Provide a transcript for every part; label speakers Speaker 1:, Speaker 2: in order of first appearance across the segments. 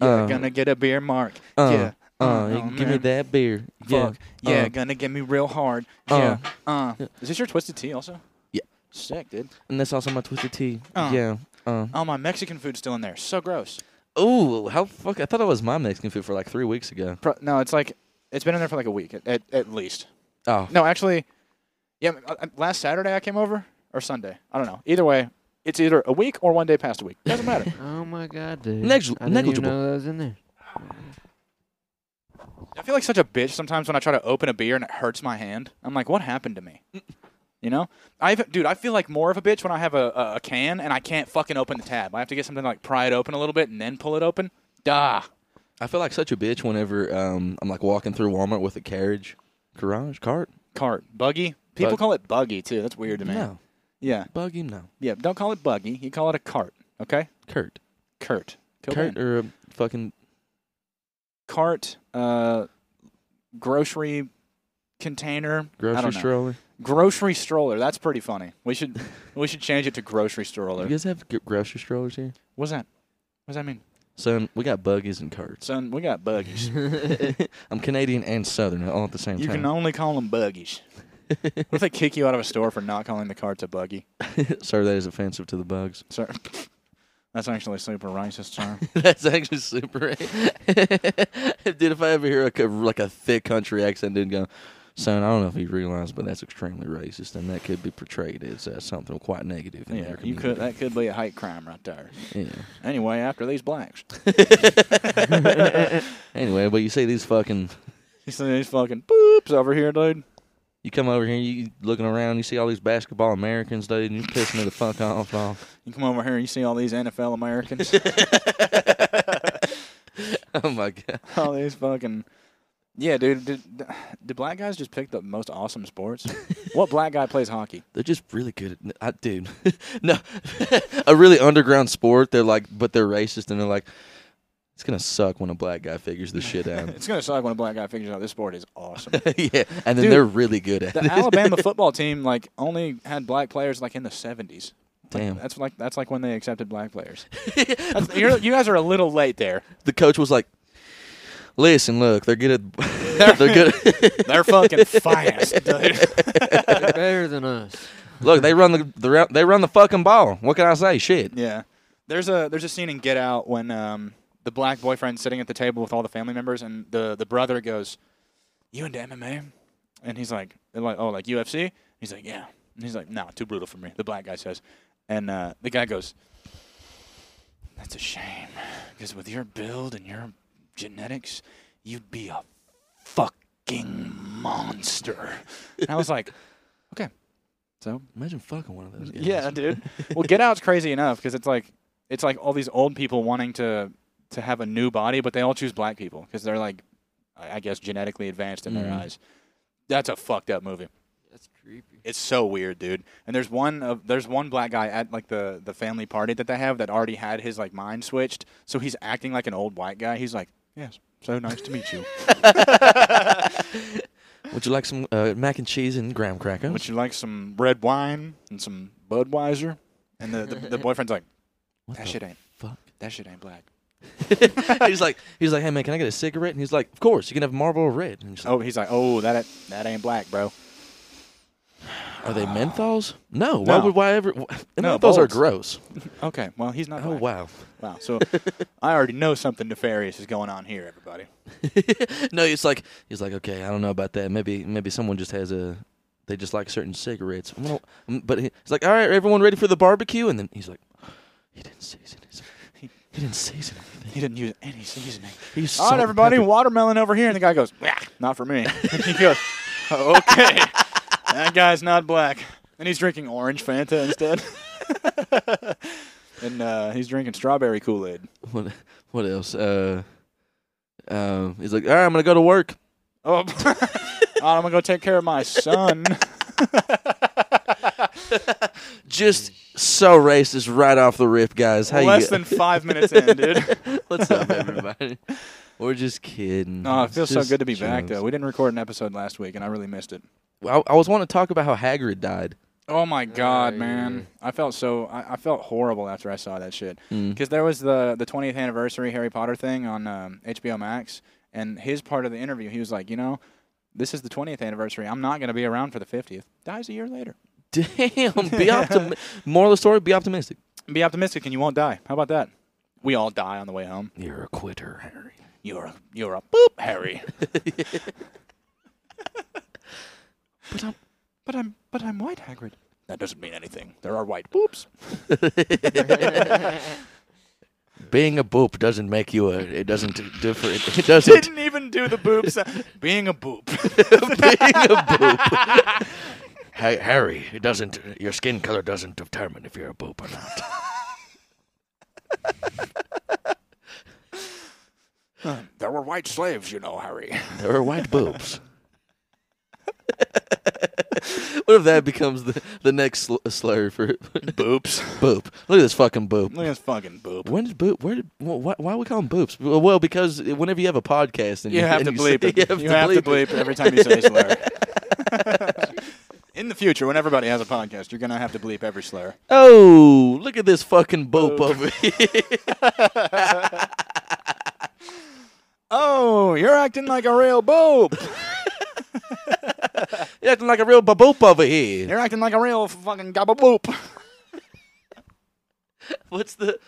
Speaker 1: Yeah,
Speaker 2: Uh,
Speaker 1: gonna get a beer, Mark.
Speaker 2: Uh,
Speaker 1: yeah.
Speaker 2: uh, you can give me
Speaker 1: man.
Speaker 2: that beer. Yeah.
Speaker 1: Fuck. Yeah,
Speaker 2: uh.
Speaker 1: gonna get me real hard.
Speaker 2: Uh.
Speaker 1: yeah. Uh. Is this your twisted tea also?
Speaker 2: Yeah.
Speaker 1: Sick, dude.
Speaker 2: And that's also my twisted tea.
Speaker 1: Uh.
Speaker 2: Yeah. Uh.
Speaker 1: Oh, my Mexican food's still in there. So gross.
Speaker 2: Oh, how fuck! I thought that was my Mexican food for like three weeks ago.
Speaker 1: Pro- no, it's like it's been in there for like a week at, at, at least.
Speaker 2: Oh,
Speaker 1: No, actually, yeah. uh, uh, Last Saturday I came over or Sunday. I don't know. Either way, it's either a week or one day past a week. Doesn't matter.
Speaker 3: Oh my god, dude.
Speaker 2: Negli-
Speaker 3: I didn't
Speaker 2: negligible.
Speaker 3: Even know that was in there.
Speaker 1: I feel like such a bitch sometimes when I try to open a beer and it hurts my hand. I'm like, what happened to me? You know, I dude, I feel like more of a bitch when I have a, a, a can and I can't fucking open the tab. I have to get something to, like pry it open a little bit and then pull it open. Duh.
Speaker 2: I feel like such a bitch whenever um, I'm like walking through Walmart with a carriage, garage, cart.
Speaker 1: Cart buggy. People
Speaker 2: Bug-
Speaker 1: call it buggy too. That's weird to me.
Speaker 2: No,
Speaker 1: Yeah,
Speaker 2: buggy. No,
Speaker 1: yeah. Don't call it buggy. You call it a cart. Okay.
Speaker 2: Kurt,
Speaker 1: Curt.
Speaker 2: Kurt, or a fucking
Speaker 1: cart, uh, grocery container, I
Speaker 2: grocery
Speaker 1: don't know.
Speaker 2: stroller.
Speaker 1: grocery stroller. That's pretty funny. We should we should change it to grocery
Speaker 2: You
Speaker 1: stroller.
Speaker 2: guys have g- grocery strollers here?
Speaker 1: What's that? What's that mean?
Speaker 2: Son, we got buggies and carts.
Speaker 1: Son, we got buggies.
Speaker 2: I'm Canadian and Southern all at the same
Speaker 1: you can
Speaker 2: time.
Speaker 1: only call them buggies. what if they kick you out of a store for not calling the carts a buggy?
Speaker 2: Sorry, that is offensive to the bugs.
Speaker 1: Sir, that's actually super racist, sir.
Speaker 2: That's actually super. dude, if I ever hear a, co- like a thick country accent, dude, go, son, I don't know if you realize, but that's extremely racist, and that could be portrayed as uh, something quite negative. In
Speaker 1: yeah,
Speaker 2: their
Speaker 1: you could.
Speaker 2: community.
Speaker 1: That could be a hate crime right there.
Speaker 2: yeah.
Speaker 1: Anyway, after these blacks,
Speaker 2: Anyway, but you see these fucking.
Speaker 1: you see these fucking poops over here, dude.
Speaker 2: You come over here, you looking around, you see all these basketball Americans, dude, and you're pissing me the fuck off, dog.
Speaker 1: You come over here, you see all these NFL Americans.
Speaker 2: Oh my god.
Speaker 1: all these fucking yeah, dude. Did, did black guys just pick the most awesome sports? what black guy plays hockey?
Speaker 2: They're just really good at I dude. no. a really underground sport, they're like but they're racist and they're like it's gonna suck when a black guy figures this shit out.
Speaker 1: It's gonna suck when a black guy figures out this sport is awesome.
Speaker 2: yeah. And then
Speaker 1: Dude,
Speaker 2: they're really good at
Speaker 1: The
Speaker 2: it.
Speaker 1: Alabama football team like only had black players like in the seventies.
Speaker 2: Damn.
Speaker 1: That's like that's like when they accepted black players. That's- you're- you guys are a little late there.
Speaker 2: the coach was like Listen, look, they're good at they're good at-
Speaker 1: They're fucking fast, dude.
Speaker 3: They're better than us.
Speaker 2: look, they run the, the ra- they run the fucking ball. What can I say? Shit.
Speaker 1: Yeah. There's a there's a scene in Get Out when um, the black boyfriend's sitting at the table with all the family members, and the the brother goes, "You into MMA?" And he's like, they're like, "Oh, like UFC?" He's like, "Yeah." And he's like, "No, too brutal for me." The black guy says, and uh, the guy goes, "That's a shame, because with your build and your genetics, you'd be a fucking monster." and I was like, "Okay." So
Speaker 2: Imagine fucking one of those guys.
Speaker 1: yeah, dude. Well, Get Out's crazy enough because it's like it's like all these old people wanting to to have a new body, but they all choose black people because they're like, I I guess, genetically advanced in their
Speaker 2: Mhm.
Speaker 1: eyes. That's a fucked up movie.
Speaker 3: That's creepy.
Speaker 1: It's so weird, dude. And there's one of there's one black guy at like the the family party that they have that already had his like mind switched, so he's acting like an old white guy. He's like, yes. So nice to meet you.
Speaker 2: Would you like some uh, mac and cheese and graham crackers?
Speaker 1: Would you like some red wine and some Budweiser? And the, the, the boyfriend's like,
Speaker 2: What
Speaker 1: that
Speaker 2: the
Speaker 1: shit ain't
Speaker 2: fuck?
Speaker 1: that shit ain't black.
Speaker 2: he's like, he's like, hey man, can I get a cigarette? And he's like, of course, you can have Marlboro Red. And he's like,
Speaker 1: Oh, he's like, oh, that ain't, that ain't black, bro.
Speaker 2: are they menthols? No. Why
Speaker 1: No.
Speaker 2: would why ever?
Speaker 1: No,
Speaker 2: menthols are
Speaker 1: bulbs.
Speaker 2: gross.
Speaker 1: Okay, well, he's not.
Speaker 2: Oh
Speaker 1: black.
Speaker 2: wow.
Speaker 1: Wow. So I already know something nefarious is going on here, everybody.
Speaker 2: No, it's like he's like, okay, I don't know about that. Maybe maybe someone just has a, they just like certain cigarettes. I'm gonna- mm, But he- he's like, all right, everyone ready for the barbecue? And then he's like, he didn't season it. He, he didn't season anything.
Speaker 1: He didn't use any seasoning.
Speaker 2: He used
Speaker 1: All
Speaker 2: salt
Speaker 1: right,
Speaker 2: and
Speaker 1: everybody,
Speaker 2: pepper.
Speaker 1: watermelon over here, and the guy goes, "Wah, not for me. And he goes, "Oh, okay, that guy's not black, and he's drinking orange Fanta instead. And uh, he's drinking strawberry Kool Aid.
Speaker 2: What, what else? Uh, um, he's like, all right, I'm gonna go to work.
Speaker 1: Oh, I'm gonna go take care of my son.
Speaker 2: Just so racist right off the rip, guys. How
Speaker 1: Less
Speaker 2: you
Speaker 1: than five minutes in, dude.
Speaker 2: What's up, everybody? We're just kidding.
Speaker 1: No, it
Speaker 2: It's
Speaker 1: feels so
Speaker 2: just
Speaker 1: good to be back,
Speaker 2: jokes.
Speaker 1: though. We didn't record an episode last week, and I really missed it.
Speaker 2: I, I was wanting to talk about how Hagrid died.
Speaker 1: Oh my god,
Speaker 3: yeah.
Speaker 1: man! I felt so I, I felt horrible after I saw that shit
Speaker 2: Mm.
Speaker 1: because there was the the 20th anniversary Harry Potter thing on um, HBO Max, and his part of the interview, he was like, you know, this is the 20th anniversary. I'm not gonna be around for the 50th. Dies a year later.
Speaker 2: Damn. Be optimistic. Moral of the story: Be optimistic.
Speaker 1: Be optimistic and you won't die. How about that? We all die on the way home.
Speaker 2: You're a quitter, Harry.
Speaker 1: You're a you're a boop, Harry.
Speaker 2: But I'm.
Speaker 1: but I'm but I'm white, Hagrid. That doesn't mean anything. There are white boops.
Speaker 2: Being a boop doesn't make you a. It doesn't differ. It, it doesn't.
Speaker 1: Didn't even do the boops. Being a boop.
Speaker 2: being a boop. Hey, Harry, it doesn't. Your skin color doesn't determine if you're a boop or not.
Speaker 1: There were white slaves, you know, Harry.
Speaker 2: There are white boobs. what if that becomes the, the next sl- slur for
Speaker 1: Boops.
Speaker 2: boop? Look at this fucking boop.
Speaker 1: Look at this fucking boop.
Speaker 2: When did boop? Where did? Well, why, why we call them boops? Well, because whenever you have a podcast and
Speaker 1: You have
Speaker 2: and
Speaker 1: to
Speaker 2: say-
Speaker 1: bleep it.
Speaker 2: you have to bleep, it.
Speaker 1: every time you say slur. In the future, when everybody has a podcast, you're gonna have to bleep every slur.
Speaker 2: Oh, look at this fucking boop over here.
Speaker 1: Oh, you're acting like a real boop.
Speaker 2: You're acting like a real baboop over here.
Speaker 1: You're acting like a real fucking gabba boop.
Speaker 2: What's the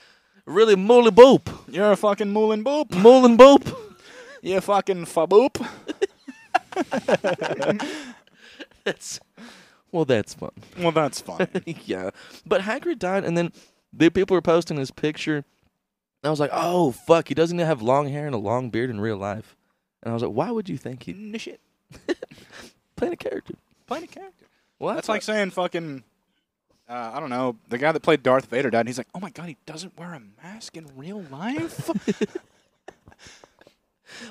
Speaker 2: really mooly boop?
Speaker 1: You're a fucking moolin boop.
Speaker 2: Moolin boop?
Speaker 1: You fucking fa boop.
Speaker 2: That's well, that's fun.
Speaker 1: Well, that's fine.
Speaker 2: yeah, but Hagrid died, and then the people were posting his picture. And I was like, oh fuck, he doesn't even have long hair and a long beard in real life. And I was like, why would you think he
Speaker 1: N- shit.
Speaker 2: playing a character?
Speaker 1: Playing a character.
Speaker 2: Well,
Speaker 1: That's like saying fucking. Uh, I don't know. The guy that played Darth Vader died. And he's like, oh my god, he doesn't wear a mask in real life.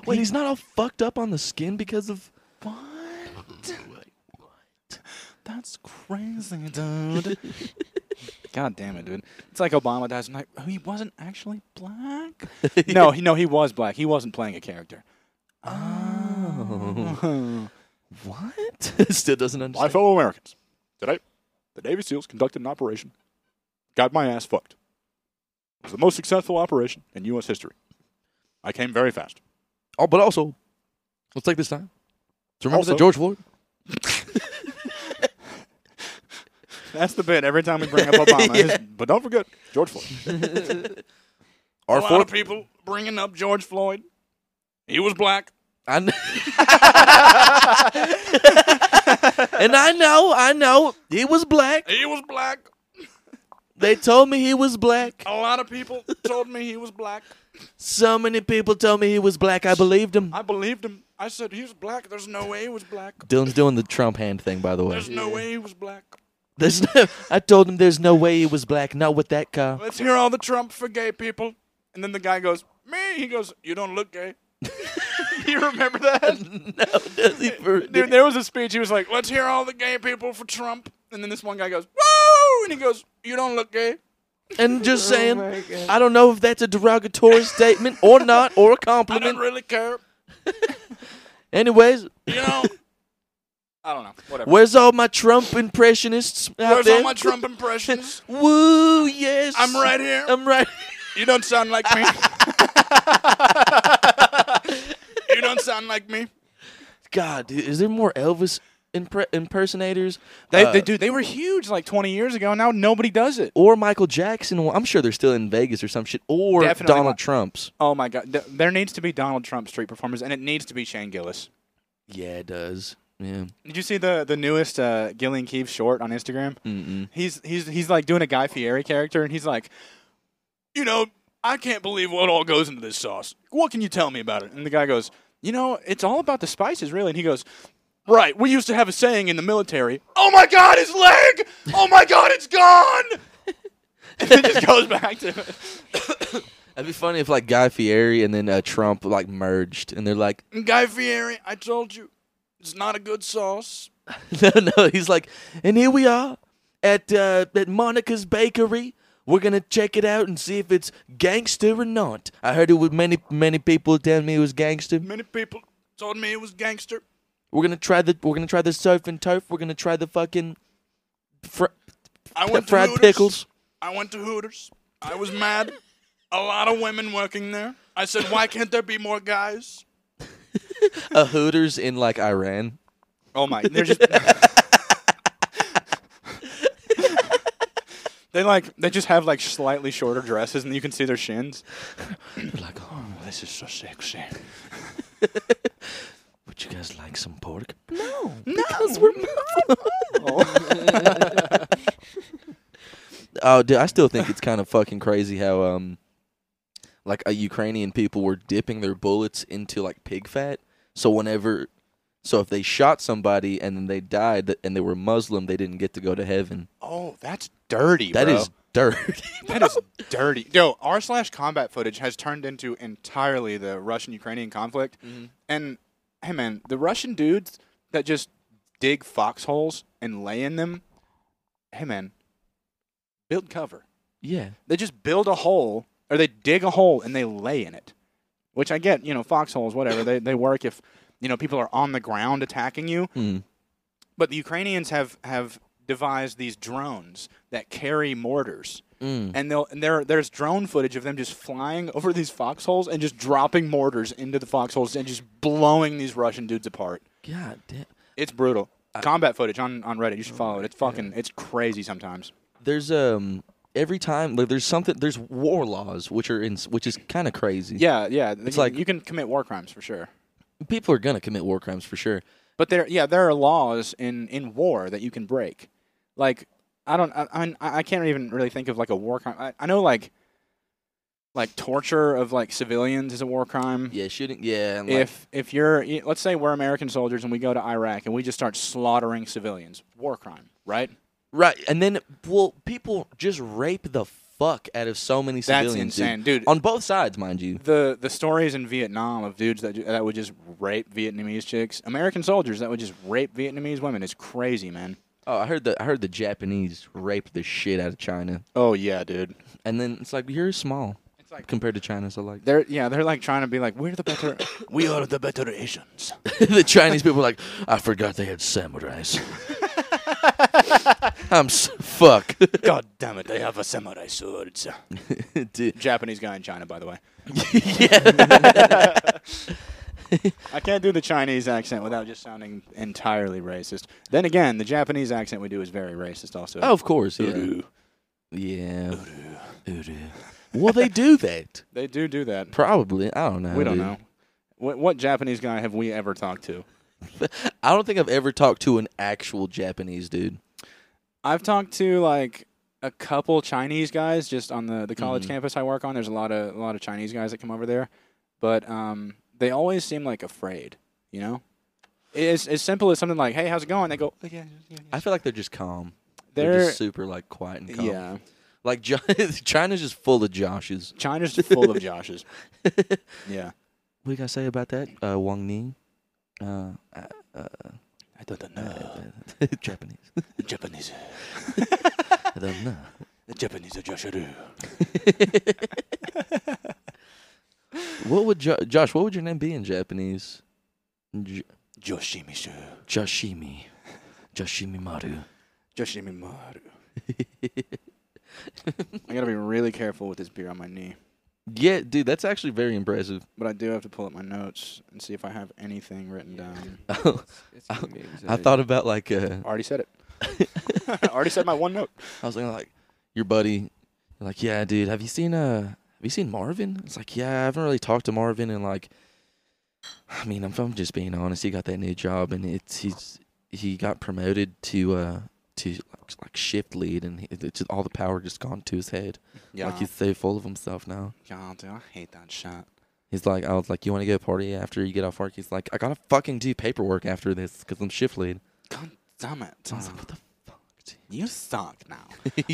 Speaker 2: wait, he's not all fucked up on the skin because of
Speaker 1: What? That's crazy, dude. God damn it, dude. It's like Obama dies. and like, oh, he wasn't actually black. No, he no, he was black. He wasn't playing a character. Oh.
Speaker 2: what? Still doesn't
Speaker 1: My
Speaker 2: understand.
Speaker 1: fellow Americans, today, the Navy SEALs conducted an operation. Got my ass fucked. It was the most successful operation in U.S. history. I came very fast.
Speaker 2: Oh, but also, let's take this time to remember that
Speaker 1: Also-
Speaker 2: George Floyd.
Speaker 1: That's the bit every time we bring up Obama.
Speaker 2: Yeah.
Speaker 1: is, but don't forget George Floyd.
Speaker 2: Our
Speaker 1: a lot
Speaker 2: fourth-
Speaker 1: of people bringing up George Floyd. He was black.
Speaker 2: I kn- and I know, I know, he was black.
Speaker 1: He was black.
Speaker 2: They told me he was black.
Speaker 1: A lot of people told me he was black.
Speaker 2: So many people told me he was black. I believed him.
Speaker 1: I believed him. I said he was black. There's no way he was black.
Speaker 2: Dylan's doing the Trump hand thing, by the way.
Speaker 1: There's no way he was black.
Speaker 2: There's no, I told him there's no way he was black. Not with that car.
Speaker 1: Let's hear all the Trump for gay people. And then the guy goes, "Me." He goes, "You don't look gay." you remember that?
Speaker 2: No, does he? For,
Speaker 1: Dude, there was a speech. He was like, "Let's hear all the gay people for Trump." And then this one guy goes, "Woo!" And he goes, "You don't look gay."
Speaker 2: and just saying,
Speaker 3: Oh my God.
Speaker 2: I don't know if that's a derogatory statement or not, or a
Speaker 1: I don't
Speaker 2: compliment.
Speaker 1: really care.
Speaker 2: Anyways,
Speaker 1: You know. I don't know. Whatever.
Speaker 2: where's all my Trump impressionists out
Speaker 1: Where's
Speaker 2: there?
Speaker 1: all my Trump impressions?
Speaker 2: Woo, yes.
Speaker 1: I'm right here.
Speaker 2: I'm right.
Speaker 1: You don't sound like me. you don't sound like me.
Speaker 2: God, dude, is there more Elvis impre- impersonators?
Speaker 1: They,
Speaker 2: Uh,
Speaker 1: they do. They were huge like 20 years ago. and Now nobody does it.
Speaker 2: or Michael Jackson. Well, I'm sure they're still in Vegas or some shit. Or
Speaker 1: Definitely
Speaker 2: Donald
Speaker 1: not.
Speaker 2: Trump's.
Speaker 1: Oh my God. Th- There needs to be Donald Trump street performers, and it needs to be Shane Gillis.
Speaker 2: Yeah, it does. Yeah.
Speaker 1: Did you see the the newest uh, Gillian Keefe short on Instagram?
Speaker 2: Mm-mm.
Speaker 1: He's he's he's like doing a Guy Fieri character, and he's like, you know, I can't believe what all goes into this sauce. What can you tell me about it? And the guy goes, you know, it's all about the spices, really. And he goes, right. We used to have a saying in the military. Oh my God, his leg! Oh my God, it's gone! and it just goes back to it.
Speaker 2: That'd be funny if like Guy Fieri and then uh, Trump like merged, and they're like,
Speaker 1: And Guy Fieri, I told you, it's not a good sauce.
Speaker 2: no, no. He's like, and here we are at uh, at Monica's Bakery. We're gonna check it out and see if it's gangster or not. I heard it was many many people telling me it was gangster.
Speaker 1: Many people told me it was gangster.
Speaker 2: We're gonna try the we're gonna try the surf and turf. We're gonna try the fucking fr-
Speaker 1: I went to
Speaker 2: fried
Speaker 1: Hooters.
Speaker 2: pickles.
Speaker 1: I went to Hooters. I was mad. A lot of women working there. I said, why can't there be more guys?
Speaker 2: A Hooters in like Iran.
Speaker 1: Oh my! They're just they like they just have like slightly shorter dresses, and you can see their shins.
Speaker 2: They're like, oh,
Speaker 1: This is so sexy.
Speaker 2: would you guys like some pork?
Speaker 1: Because we're
Speaker 2: Oh, dude, I still think it's kind of fucking crazy how um, like uh, Ukrainian people were dipping their bullets into like pig fat. So whenever, so if they shot somebody and then they died th- and they were Muslim, they didn't get to go to heaven.
Speaker 1: oh, that's dirty.
Speaker 2: That
Speaker 1: bro.
Speaker 2: is dirt.
Speaker 1: that is dirty. Yo, r slash combat footage has turned into entirely the Russian Ukrainian conflict,
Speaker 2: Mm-hmm.
Speaker 1: and hey man, the Russian dudes that just dig foxholes and lay in them, hey man, build cover.
Speaker 2: yeah,
Speaker 1: They just build a hole, or they dig a hole and they lay in it. Which I get, you know, foxholes, whatever. they they work if you know people are on the ground attacking you.
Speaker 2: Mm.
Speaker 1: But the Ukrainians have have devised these drones that carry mortars,
Speaker 2: Mm.
Speaker 1: and they'll and there there's drone footage of them just flying over these foxholes and just dropping mortars into the foxholes and just blowing these Russian dudes apart.
Speaker 2: God damn.
Speaker 1: It's brutal. Combat footage on, on Reddit. You should follow it. It's fucking. It's crazy sometimes.
Speaker 2: There's um every time like there's something there's war laws which are in which is kind of crazy.
Speaker 1: Yeah, yeah. you,
Speaker 2: like-
Speaker 1: you can commit war crimes for sure.
Speaker 2: people are gonna commit war crimes for sure.
Speaker 1: But there, yeah, there are laws in in war that you can break. Like I don't, I I, I can't even really think of like a war crime. I, I know like like torture of like civilians is a war crime.
Speaker 2: Yeah, shooting. Yeah, and, like,
Speaker 1: If if you're y- let's say we're American soldiers and we go to Iraq and we just start slaughtering civilians, war crime, right?
Speaker 2: Right, and then well, people just rape the fuck out of so many
Speaker 1: That's
Speaker 2: civilians.
Speaker 1: insane, dude.
Speaker 2: On both sides, mind you.
Speaker 1: The the stories in Vietnam of dudes that ju- that would just rape Vietnamese chicks, American soldiers that would just rape Vietnamese women is crazy, man.
Speaker 2: Oh, I heard the I heard the Japanese raped the shit out of China,
Speaker 1: Oh yeah, dude.
Speaker 2: and then it's like you're small
Speaker 1: It's like
Speaker 2: compared to China, so like
Speaker 1: They're yeah, they're like trying to be like we're the better, we are the better Asians.
Speaker 2: the Chinese people are like I forgot they had samurais. I'm s- fuck,
Speaker 1: God damn it, they have a samurai swords.
Speaker 2: dude.
Speaker 1: Japanese guy in China, by the way.
Speaker 2: yeah.
Speaker 1: I can't do the Chinese accent without just sounding entirely racist. Then again, the Japanese accent we do is very racist, also.
Speaker 2: Oh, of course, yeah,
Speaker 1: Uru.
Speaker 2: yeah. Uru. Well, they do that
Speaker 1: they do do that.
Speaker 2: probably. I don't know.
Speaker 1: We don't
Speaker 2: dude.
Speaker 1: know. What, what Japanese guy have we ever talked to?
Speaker 2: I don't think I've ever talked to an actual Japanese dude.
Speaker 1: I've talked to like a couple Chinese guys just on the, the college campus I work on. There's a lot of a lot of Chinese guys that come over there, but um, they always seem like afraid. You know, it's as simple as something like, "Hey, how's it going?" They go, "Yeah, yeah, yeah."
Speaker 2: I feel like they're just calm. They're,
Speaker 1: They're
Speaker 2: just super like quiet and calm.
Speaker 1: yeah.
Speaker 2: Like Jo- China's just full of Joshes.
Speaker 1: China's full of Joshes. Yeah.
Speaker 2: What do you guys say about that? Uh, Wang Ning. Uh, uh, uh,
Speaker 1: I don't
Speaker 2: Japanese.
Speaker 1: Japanese.
Speaker 2: I don't know.
Speaker 1: The Japanese are Josharu.
Speaker 2: What would jo- Josh? What would your name be in Japanese? J-
Speaker 1: Joshimishu.
Speaker 2: Joshimi. Joshimi Maru.
Speaker 1: Joshimimaru. I gotta be really careful with this beer on my knee.
Speaker 2: Yeah, dude, that's actually very impressive.
Speaker 1: But I do have to pull up my notes and see if I have anything written down.
Speaker 3: It's giving me
Speaker 2: I
Speaker 3: anxiety.
Speaker 2: thought about like uh,
Speaker 1: Already said it. Already said my one note.
Speaker 2: I was thinking like your buddy, like yeah, dude. Have you seen uh Have you seen Marvin? It's like yeah, I haven't really talked to Marvin and like, I mean, if I'm just being honest, he got that new job and it's he's he got promoted to uh to like, like shift lead and he, it's just, all the power just gone to his head.
Speaker 1: Yeah.
Speaker 2: Like he's so full of himself now.
Speaker 1: God, dude, I hate that shit.
Speaker 2: He's like, I was like, you want to go party after you get off work? He's like, I gotta fucking do paperwork after this because I'm shift lead.
Speaker 1: God damn it.
Speaker 2: I was like, what the fuck? dude?"
Speaker 1: You suck now.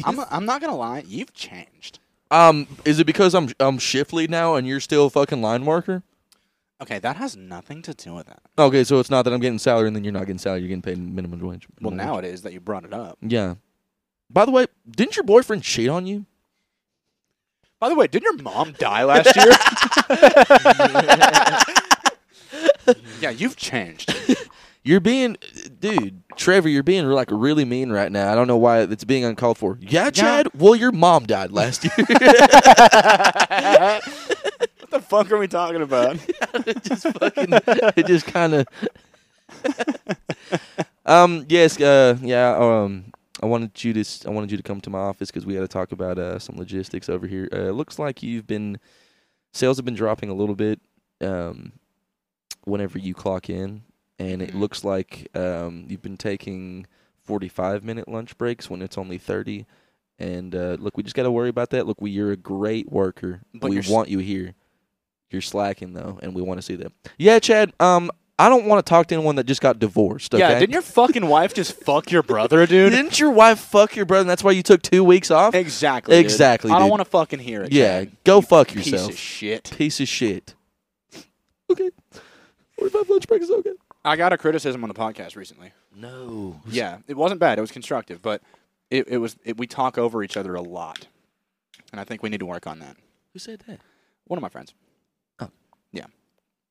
Speaker 1: I'm, I'm not gonna lie, you've changed.
Speaker 2: Um, is it because I'm I'm shift lead now and you're still a fucking line worker?
Speaker 1: Okay, that has nothing to do with that.
Speaker 2: Okay, so it's not that I'm getting salary and then you're not getting salary. You're getting paid minimum wage.
Speaker 1: Well,
Speaker 2: minimum
Speaker 1: now
Speaker 2: wage.
Speaker 1: it is that you brought it up.
Speaker 2: Yeah. By the way, didn't your boyfriend cheat on you?
Speaker 1: By the way, did your mom die last year? yeah, you've changed.
Speaker 2: You're being like, dude, Trevor, you're being like really mean right now. I don't know why it's being uncalled for. Yeah, Chad. Well, your mom died last year.
Speaker 1: What the fuck are we talking about?
Speaker 2: it just fucking it just kind of um yes uh yeah um I wanted you to s- I wanted you to come to my office because we had to talk about uh some logistics over here. Uh, it looks like you've been sales have been dropping a little bit um whenever you clock in, and it
Speaker 1: Mhm.
Speaker 2: looks like um you've been taking forty five minute lunch breaks when it's only thirty. And uh, look, we just got to worry about that. Look, we you're a great worker.
Speaker 1: But
Speaker 2: we
Speaker 1: you're s-
Speaker 2: want you here. You're slacking though, and we want to see that. Yeah, Chad. Um, I don't want to talk to anyone that just got divorced. Okay?
Speaker 1: Yeah, didn't your fucking wife just fuck your brother, dude?
Speaker 2: Didn't your wife fuck your brother? and That's why you took two weeks off.
Speaker 1: exactly. dude.
Speaker 2: Exactly,
Speaker 1: I don't
Speaker 2: dude.
Speaker 1: want to fucking hear it.
Speaker 2: yeah,
Speaker 1: Chad.
Speaker 2: go fuck
Speaker 1: Piece
Speaker 2: yourself.
Speaker 1: of shit.
Speaker 2: Piece of shit. Okay, forty-five lunch break is okay.
Speaker 1: I got a criticism on the podcast recently.
Speaker 2: No.
Speaker 1: Yeah, it wasn't bad. It was constructive, but it, it was it, we talk over each other a lot, and I think we need to work on that.
Speaker 2: Who said that?
Speaker 1: One of my friends.
Speaker 2: Oh.
Speaker 1: Yeah.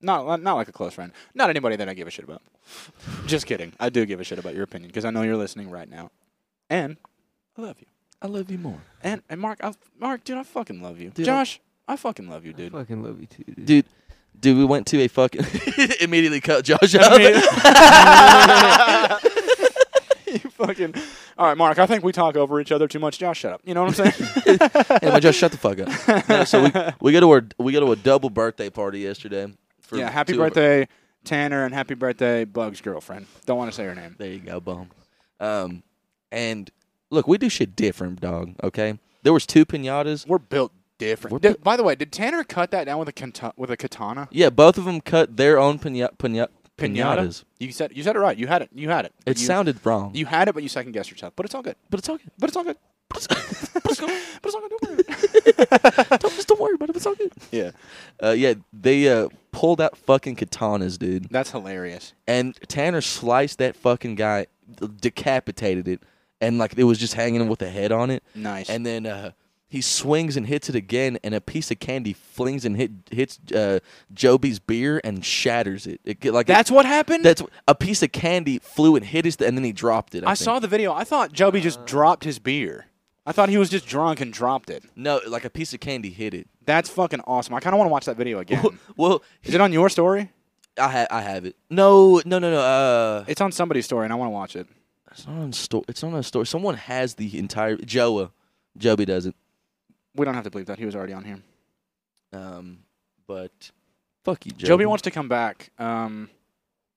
Speaker 1: Not not like a close friend. Not anybody that I give a shit about. Just kidding. I do give a shit about your opinion because I know you're listening right now, and I love you.
Speaker 2: I love you more,
Speaker 1: And and Mark, I, Mark, dude, I fucking love you.
Speaker 2: Dude, I-
Speaker 1: Josh, I fucking love you, dude.
Speaker 3: Fucking love you too, dude.
Speaker 2: dude. Dude, we went to a fucking immediately cut Josh out.
Speaker 1: you fucking. All right, Mark. I think we talk over each other too much. Josh, shut up. You know what I'm saying?
Speaker 2: anyway, Josh, shut the fuck up. No, so we we go to our we go to a double birthday party yesterday. for
Speaker 1: yeah. Happy
Speaker 2: two of our-
Speaker 1: birthday, Tanner, and happy birthday, Bug's girlfriend. Don't want to say her name.
Speaker 2: There you go, bum. Um, and look, we do shit different, dog. Okay, there was two pinatas.
Speaker 1: We're built different.
Speaker 2: We're
Speaker 1: Did- by the way, did Tanner cut that down with a kanta- with a katana?
Speaker 2: Yeah, both of them cut their own pina- pina-
Speaker 1: Pinata?
Speaker 2: pinatas.
Speaker 1: You said you said it right. You had it. You had it.
Speaker 2: It
Speaker 1: you,
Speaker 2: sounded wrong,
Speaker 1: You had it, but you second guessed yourself. But it's all good.
Speaker 2: but it's okay.
Speaker 1: But it's all good.
Speaker 2: But it's, but it's okay.
Speaker 1: But it's all good. Don't worry.
Speaker 2: Don't, just don't worry about it. It's all good.
Speaker 1: yeah,
Speaker 2: Uh, yeah, they uh, pulled out fucking katanas, dude,
Speaker 1: that's hilarious.
Speaker 2: and Tanner sliced that fucking guy, decapitated it, and like it was just hanging with a head on it.
Speaker 1: Nice.
Speaker 2: and then uh, he swings and hits it again, and a piece of candy flings and hit hits uh, Joby's beer and shatters it. It get- like
Speaker 1: that's what happened.
Speaker 2: that's a piece of candy flew and hit his, and then he dropped it. I,
Speaker 1: I
Speaker 2: think.
Speaker 1: saw the video. I thought Joby just dropped his beer. I thought he was just drunk and dropped it.
Speaker 2: no, like a piece of candy hit it.
Speaker 1: That's fucking awesome. I kind of want to watch that video again.
Speaker 2: Well,
Speaker 1: Is it on your story?
Speaker 2: I ha- I have it. No, no, no, no. Uh,
Speaker 1: It's on somebody's story, and I want to watch it.
Speaker 2: it's not on store. It's not on store. Someone has the entire Joa. Joby does it.
Speaker 1: We don't have to believe that he was already on here.
Speaker 2: Um, but fuck you, Joby.
Speaker 1: Joby wants to come back. Um,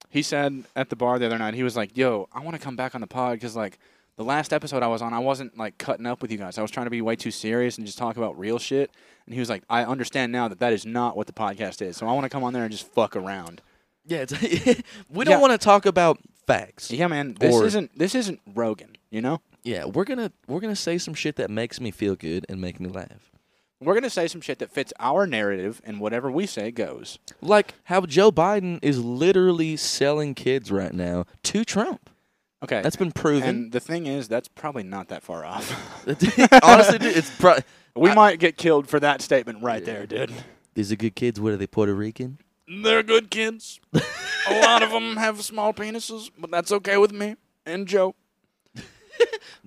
Speaker 1: he said at the bar the other night, he was like, "Yo, I want to come back on the pod because like the last episode I was on, I wasn't like cutting up with you guys. I was trying to be way too serious and just talk about real shit." And he was like, "I understand now that that is not what the podcast is. So I want to come on there and just fuck around."
Speaker 2: Yeah, it's, we don't
Speaker 1: Yeah.
Speaker 2: want to talk about facts.
Speaker 1: Yeah, man. This
Speaker 2: Or-
Speaker 1: isn't this isn't Rogan. You know,
Speaker 2: Yeah, we're gonna we're gonna say some shit that makes me feel good and make me laugh.
Speaker 1: we're gonna say some shit that fits our narrative, and whatever we say goes.
Speaker 2: Like how Joe Biden is literally selling kids right now to Trump.
Speaker 1: Okay.
Speaker 2: That's been proven.
Speaker 1: and the thing is, that's probably not that far off.
Speaker 2: Honestly, dude, it's pro-
Speaker 1: we might get killed for that statement right there, dude.
Speaker 2: these are good kids. What are they Puerto Rican?
Speaker 1: They're good kids. a lot of them have small penises, but that's okay with me and Joe.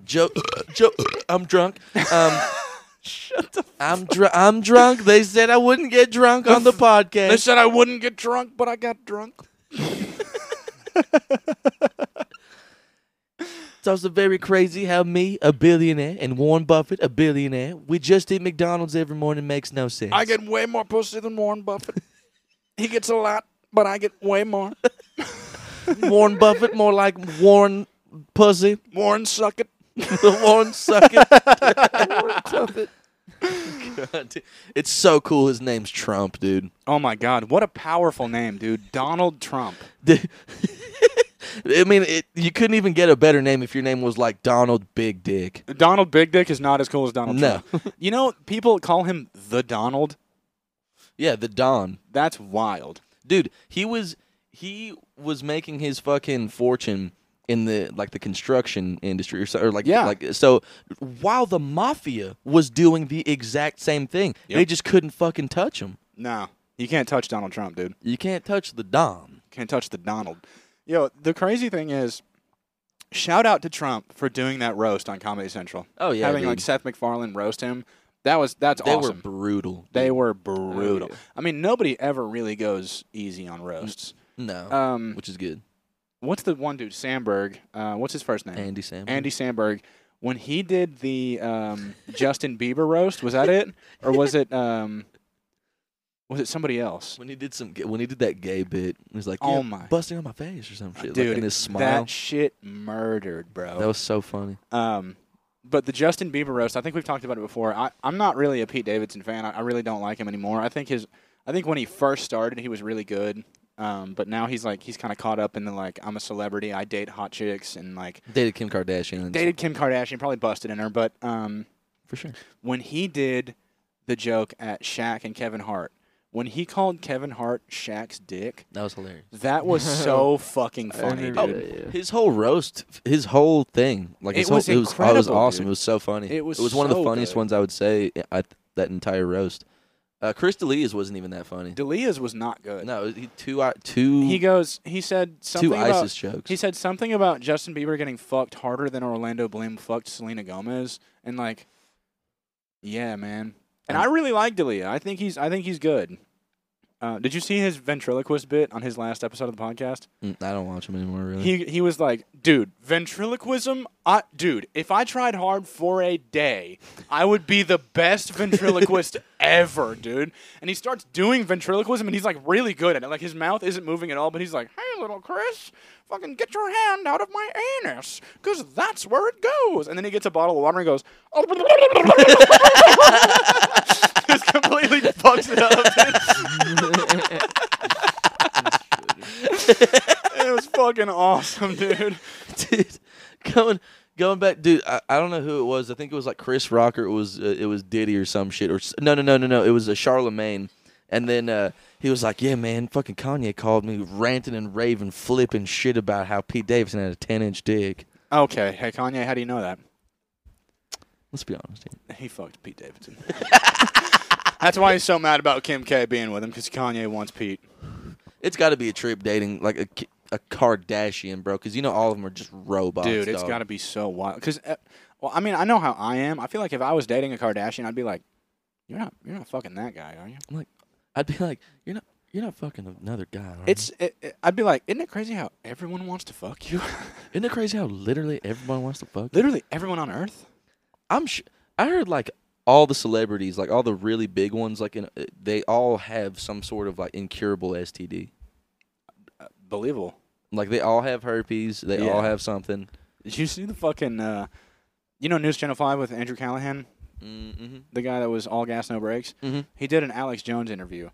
Speaker 2: Joe, uh, Joe, I'm drunk. Um, I'm dr- I'm drunk. They said I wouldn't get drunk on the
Speaker 1: They
Speaker 2: podcast.
Speaker 1: said I wouldn't get drunk, but I got drunk.
Speaker 2: It's also very crazy how me, a billionaire, and Warren Buffett, a billionaire, we just eat McDonald's every morning. Makes no sense.
Speaker 1: I get way more pussy than Warren Buffett. he gets a lot, but I get way more.
Speaker 2: Warren Buffett, more like Warren Pussy.
Speaker 1: Warren suck it.
Speaker 2: the Warren Suckett. God, dude. it's so cool. His name's Trump, dude.
Speaker 1: Oh my God, what a powerful name, dude. Donald Trump.
Speaker 2: The- I mean, it, you couldn't even get a better name if your name was like Donald Big Dick.
Speaker 1: Donald Big Dick is not as cool as Donald
Speaker 2: No.
Speaker 1: Trump. You know, people call him the Donald.
Speaker 2: Yeah, the Don,
Speaker 1: That's wild.
Speaker 2: dude. He was he was making his fucking fortune in the like the construction industry or, so, or like
Speaker 1: Yeah.
Speaker 2: like so while the mafia was doing the exact same thing
Speaker 1: Yep.
Speaker 2: they just couldn't fucking touch him
Speaker 1: No, you can't touch Donald Trump, dude.
Speaker 2: you can't touch the dom
Speaker 1: Can't touch the Donald. Yo, the crazy thing is, shout out to Trump for doing that roast on Comedy Central.
Speaker 2: Oh yeah,
Speaker 1: having
Speaker 2: dude.
Speaker 1: like Seth MacFarlane roast him. That was that's
Speaker 2: they
Speaker 1: awesome.
Speaker 2: were brutal.
Speaker 1: they
Speaker 2: dude. Oh,
Speaker 1: were brutal.
Speaker 3: yeah.
Speaker 1: I mean, nobody ever really goes easy on roasts.
Speaker 2: no,
Speaker 1: Um,
Speaker 2: which is good.
Speaker 1: what's the one dude Sandberg? Uh, what's his first name?
Speaker 2: Andy Sam.
Speaker 1: Andy Sandberg. When he did the um, Justin Bieber roast, was that it, or was it um, was it somebody else?
Speaker 2: When he did some, when he did that gay bit, he was like,
Speaker 1: Oh
Speaker 2: yeah,
Speaker 1: my-
Speaker 2: busting on my face or some shit." like,
Speaker 1: Dude,
Speaker 2: and his smile.
Speaker 1: That shit murdered, bro.
Speaker 2: that was so funny.
Speaker 1: Um, but the Justin Bieber roast, I think we've talked about it before. I, I'm not really a Pete Davidson fan. I, I really don't like him anymore. I think his, I think when he first started, he was really good. Um, but now he's like he's kind of caught up in the like I'm a celebrity, I date hot chicks, and like
Speaker 2: Dated Kim Kardashian.
Speaker 1: dated Kim Kardashian, probably busted in her. But um,
Speaker 2: for sure.
Speaker 1: when he did the joke at Shaq and Kevin Hart, when he called Kevin Hart Shaq's dick,
Speaker 2: That was hilarious.
Speaker 1: that was so fucking funny,
Speaker 3: remember
Speaker 1: dude.
Speaker 3: that, yeah.
Speaker 2: His whole roast, his whole thing, like
Speaker 1: It
Speaker 2: his whole,
Speaker 1: was
Speaker 2: it was, oh, it was
Speaker 1: incredible,
Speaker 2: awesome.
Speaker 1: dude.
Speaker 2: It was so funny.
Speaker 1: It was
Speaker 2: one of the
Speaker 1: so
Speaker 2: funniest
Speaker 1: good.
Speaker 2: ones I would say. I, that entire roast. Uh, Chris D'Elia wasn't even that funny.
Speaker 1: Delia's was not good.
Speaker 2: No, he two I- two
Speaker 1: He goes, he said something
Speaker 2: two
Speaker 1: about
Speaker 2: ISIS jokes.
Speaker 1: He said something about Justin Bieber getting fucked harder than Orlando Bloom fucked Selena Gomez, and like, yeah, man. And I really like D'Elia. I think he's I think he's good. Uh, did you see his ventriloquist bit on his last episode of the podcast?
Speaker 2: Mm, I don't watch him anymore. Really,
Speaker 1: He he was like, dude, ventriloquism. I, dude, if I tried hard for a day, I would be the best ventriloquist ever, dude. And he starts doing ventriloquism, and he's like really good at it. Like his mouth isn't moving at all, but he's like, hey, little Chris, fucking get your hand out of my anus, cause that's where it goes. And then he gets a bottle of water and goes. Just completely fucks it up. It was fucking awesome, dude.
Speaker 2: dude, going going back, dude. I, I don't know who it was. I think it was like Chris Rock or it was uh, it was Diddy or some shit. Or s- no, no, no, no, no. It was a Charlemagne. And then uh, he was like, "Yeah, man, fucking Kanye called me ranting and raving, flipping shit about how Pete Davidson had a ten inch dick."
Speaker 1: Okay, hey Kanye, how do you know that?
Speaker 2: Let's be honest. Here.
Speaker 1: He fucked Pete Davidson. That's why he's so mad about Kim K being with him because Kanye wants Pete.
Speaker 2: It's got to be a trip dating like a ki- a Kardashian, bro, because you know all of them are just robots.
Speaker 1: Dude, it's got to be so wild. Because, uh, well, I mean, I know how I am. I feel like if I was dating a Kardashian, I'd be like, "You're not, you're not fucking that guy, are you?"
Speaker 2: I'm like, I'd be like, "You're not, you're not fucking another guy." are you?"
Speaker 1: It's, it, it- I'd be like, "Isn't it crazy how everyone wants to fuck you?
Speaker 2: isn't it crazy how literally everyone wants to fuck?
Speaker 1: Literally everyone on Earth."
Speaker 2: I'm sh- I heard like all the celebrities, like all the really big ones, like in, uh, they all have some sort of like incurable STD.
Speaker 1: Uh, believable.
Speaker 2: Like they all have herpes. They all
Speaker 1: Yeah.
Speaker 2: have something.
Speaker 1: Did you see the fucking, uh, you know, News Channel Five with Andrew Callahan,
Speaker 2: Mm-hmm.
Speaker 1: the guy that was all gas no brakes?
Speaker 2: Mm-hmm.
Speaker 1: He did an Alex Jones interview.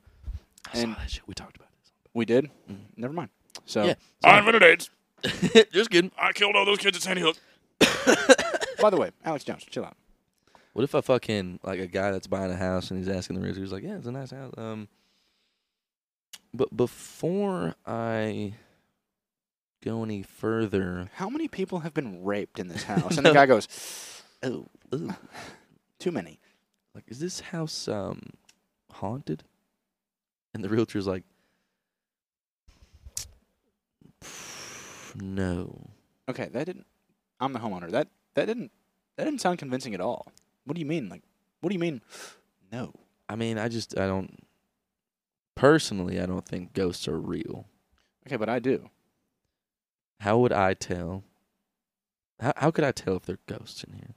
Speaker 2: I
Speaker 1: And-
Speaker 2: saw that shit. We talked about
Speaker 1: We did.
Speaker 2: Mhm.
Speaker 1: Never mind. So.
Speaker 2: Yeah.
Speaker 4: I invented AIDS.
Speaker 2: this. Just kidding.
Speaker 4: I killed all those kids at Sandy Hook.
Speaker 1: By the way, Alex Jones, chill out.
Speaker 2: What if I fucking like a guy that's buying a house and he's asking the realtor, he's like, "Yeah, it's a nice house." Um, but before I go any further,
Speaker 1: How many people have been raped in this house? And the guy goes,
Speaker 2: oh, ooh,
Speaker 1: too many.
Speaker 2: like is this house um haunted and the realtor's like no
Speaker 1: Okay, that didn't. I'm the homeowner. That that didn't that didn't sound convincing at all. What do you mean? Like, what do you mean? No.
Speaker 2: i mean i just i don't personally i don't think ghosts are real
Speaker 1: Okay, but I do.
Speaker 2: how would i tell how, how could i tell if there are ghosts in here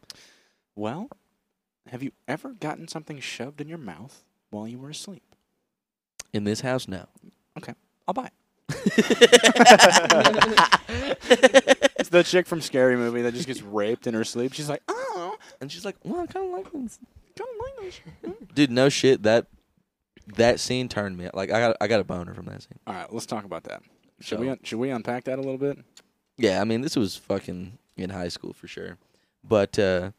Speaker 1: Well, have you ever gotten something shoved in your mouth while you were asleep?
Speaker 2: in this house no
Speaker 1: I'll buy. It's the chick from Scary Movie that just gets raped in her sleep. She's like, oh,
Speaker 2: and she's like well i kind of like this
Speaker 1: don't mind this.
Speaker 2: dude no shit that that scene turned me like i got i got a boner from that scene
Speaker 1: All right, let's talk about that. Should
Speaker 2: So-
Speaker 1: we un- should we unpack that a little bit?
Speaker 2: Yeah, I mean, this was fucking in high school for sure. But uh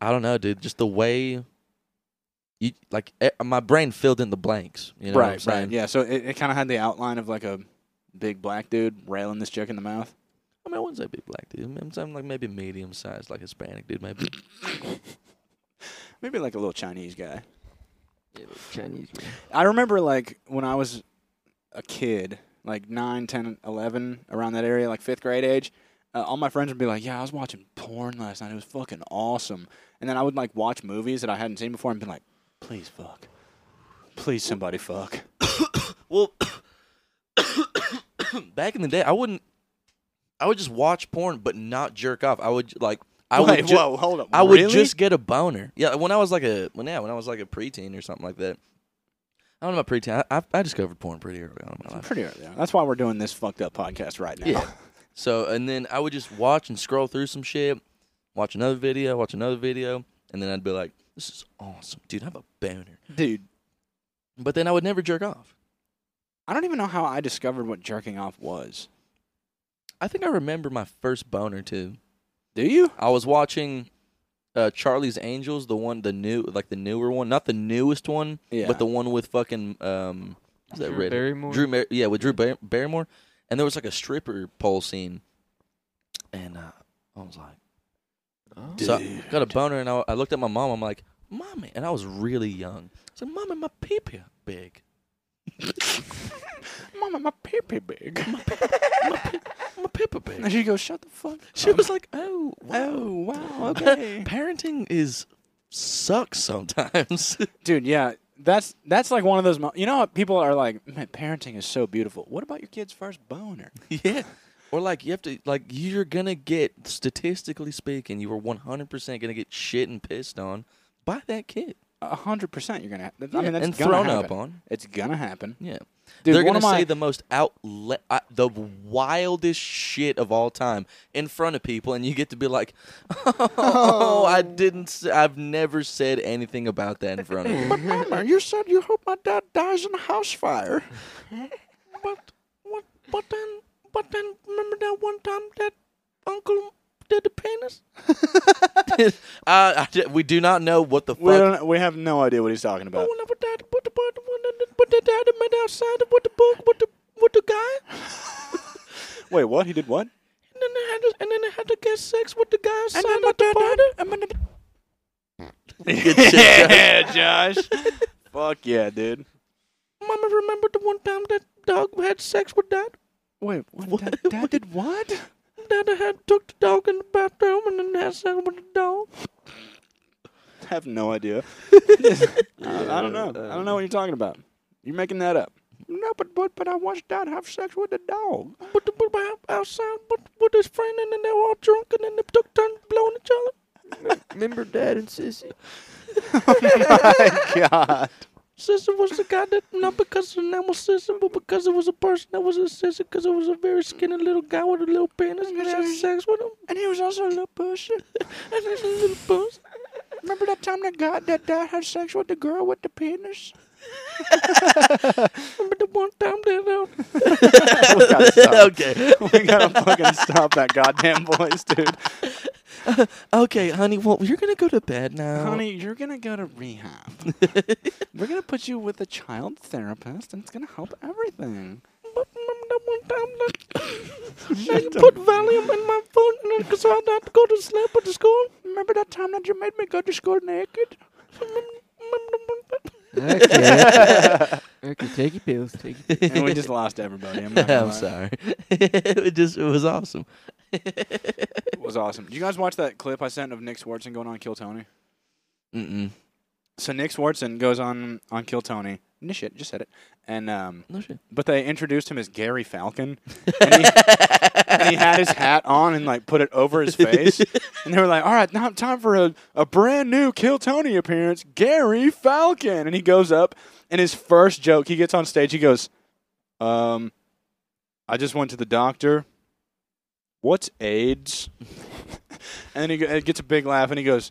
Speaker 2: I don't know, dude. Just the way you like, eh, my brain filled in the blanks. You know what I'm
Speaker 1: right,
Speaker 2: saying?
Speaker 1: right. Yeah, so it, it kind of had the outline of like a big black dude railing this chick in the mouth.
Speaker 2: I mean, I wouldn't say big black dude. I mean, I'm saying like maybe medium sized, like Hispanic dude, maybe.
Speaker 1: Maybe like a little Chinese guy.
Speaker 3: Yeah, but Chinese man.
Speaker 1: I remember like when I was a kid, like 9, 10, 11, around that area, like fifth grade age, uh, all my friends would be like, "Yeah, I was watching porn last night. It was fucking awesome." And then I would like watch movies that I hadn't seen before and be like, "Please fuck, please somebody fuck."
Speaker 2: Well, back in the day, I wouldn't. I would just watch porn, but not jerk off. I would like. I
Speaker 1: Wait,
Speaker 2: would. ju-
Speaker 1: whoa, hold up.
Speaker 2: I would
Speaker 1: Really?
Speaker 2: just get a boner. Yeah, when I was like a when yeah when I was like a preteen or something like that. I don't know about preteen. I, I, I discovered porn pretty early on in my life.
Speaker 1: pretty early. on. That's why we're doing this fucked up podcast right now.
Speaker 2: Yeah. So and then I would just watch and scroll through some shit, watch another video, watch another video, and then I'd be like, "This is awesome, dude! I have a boner."
Speaker 1: dude.
Speaker 2: But then I would never jerk off.
Speaker 1: I don't even know how I discovered what jerking off was.
Speaker 2: I think I remember my first boner too.
Speaker 1: Do you?
Speaker 2: I was watching uh, Charlie's Angels, the one, the new, like the newer one, not the newest one,
Speaker 1: Yeah.
Speaker 2: but the one with fucking um, what's that
Speaker 3: Drew
Speaker 2: red?
Speaker 3: Barrymore?
Speaker 2: Drew, Mar- yeah, with Drew Bar- Barrymore, and there was like a stripper pole scene, and uh, I was like,
Speaker 3: Oh.
Speaker 2: so I got a boner, and I, I looked at my mom. I'm like, mommy, and I was really young. I said, mommy, my pee pee big,
Speaker 1: Mama, my pee pee big.
Speaker 2: my pee pee big.
Speaker 1: And she goes, "Shut the fuck."
Speaker 2: She
Speaker 1: up."
Speaker 2: was like, oh, wow.
Speaker 1: "Oh wow, okay."
Speaker 2: parenting is sucks sometimes.
Speaker 1: dude yeah that's that's like one of those mo- you know what people are like Man, parenting is so beautiful what about your kid's first boner
Speaker 2: Yeah. Or like you have to like you're gonna get statistically speaking, you are one hundred percent gonna get shit and pissed on by that kid.
Speaker 1: A 100% you're gonna ha- i
Speaker 2: Yeah,
Speaker 1: mean that's
Speaker 2: and
Speaker 1: gonna
Speaker 2: thrown
Speaker 1: happen.
Speaker 2: up on.
Speaker 1: it's gonna happen
Speaker 2: Yeah.
Speaker 1: Dude,
Speaker 2: They're
Speaker 1: one
Speaker 2: gonna
Speaker 1: of my-
Speaker 2: say the most outlet, uh, the wildest shit of all time in front of people, and you get to be like, "Oh, I didn't. s- I've never said anything about that in front of you."
Speaker 1: but mama you said you hope my dad dies in a house fire
Speaker 2: But what? But then, but then, remember that one time that Uncle did the penis? uh, I, di- we do not know what the
Speaker 1: we,
Speaker 2: fuck.
Speaker 1: don't, we have no idea what he's talking
Speaker 2: But
Speaker 1: about
Speaker 2: when I put that, put the put the put the daddy made outside with the book with the with the guy,
Speaker 1: wait what he did what
Speaker 2: and then I had to, and then I had to get sex with the guy outside at the party.
Speaker 1: yeah josh fuck yeah dude
Speaker 2: Mama, remember the one time that dog had sex with dad?
Speaker 1: wait what,
Speaker 2: What-
Speaker 1: Dad, dad did what
Speaker 2: Dad had took the dog in the bathroom and then had sex with the dog.
Speaker 1: I have no idea. I, I don't know. I don't know what you're talking about. You're making that up. No, but but, but I watched Dad have sex with a dog.
Speaker 2: But the but I- outside with, with his friend and then they were all drunk and then they took turns blowing each other.
Speaker 3: Oh. Remember Dad and Sissy?
Speaker 1: My God.
Speaker 2: Sister was the guy that not because her name was sister, but because it was a person that was his sister, because it was a very skinny little guy with a little penis and had sex with him.
Speaker 1: And he was also a little pussy.
Speaker 2: And his little puss.
Speaker 1: Remember that time that God that Dad had sex with the girl with the penis?
Speaker 2: Remember the one time that uh,
Speaker 1: we gotta stop.
Speaker 2: Okay.
Speaker 1: we gotta fucking stop that goddamn voice, dude.
Speaker 2: Okay, honey, well you're gonna go to bed now.
Speaker 1: Honey, you're gonna go to rehab. We're gonna put you with a child therapist, and it's gonna help everything.
Speaker 2: But remember that one time that, that you
Speaker 1: Shut up.
Speaker 2: put Valium in my phone and because I had to go to sleep at the school?
Speaker 1: Remember that time that you made me go to school naked?
Speaker 2: Remember, remember the one time?
Speaker 3: Okay. okay, take your pills. Take your pills.
Speaker 1: and we just lost everybody. I'm, not gonna
Speaker 2: I'm
Speaker 1: lie.
Speaker 2: sorry. it just it was awesome.
Speaker 1: It was awesome. Did you guys watch that clip I sent of Nick Swartzen going on Kill Tony?
Speaker 2: Mm-mm.
Speaker 1: So Nick Swartzen goes on on Kill Tony. No shit, just said it. And um,
Speaker 2: No shit.
Speaker 1: but they introduced him as Gary Falcon, and he, and he had his hat on and like put it over his face. and they were like, "All right, now time for a, a brand new Kill Tony appearance, Gary Falcon." And he goes up, and his first joke, he gets on stage, he goes, "Um, I just went to the doctor. What's AIDS?" and then he go- gets a big laugh, and he goes.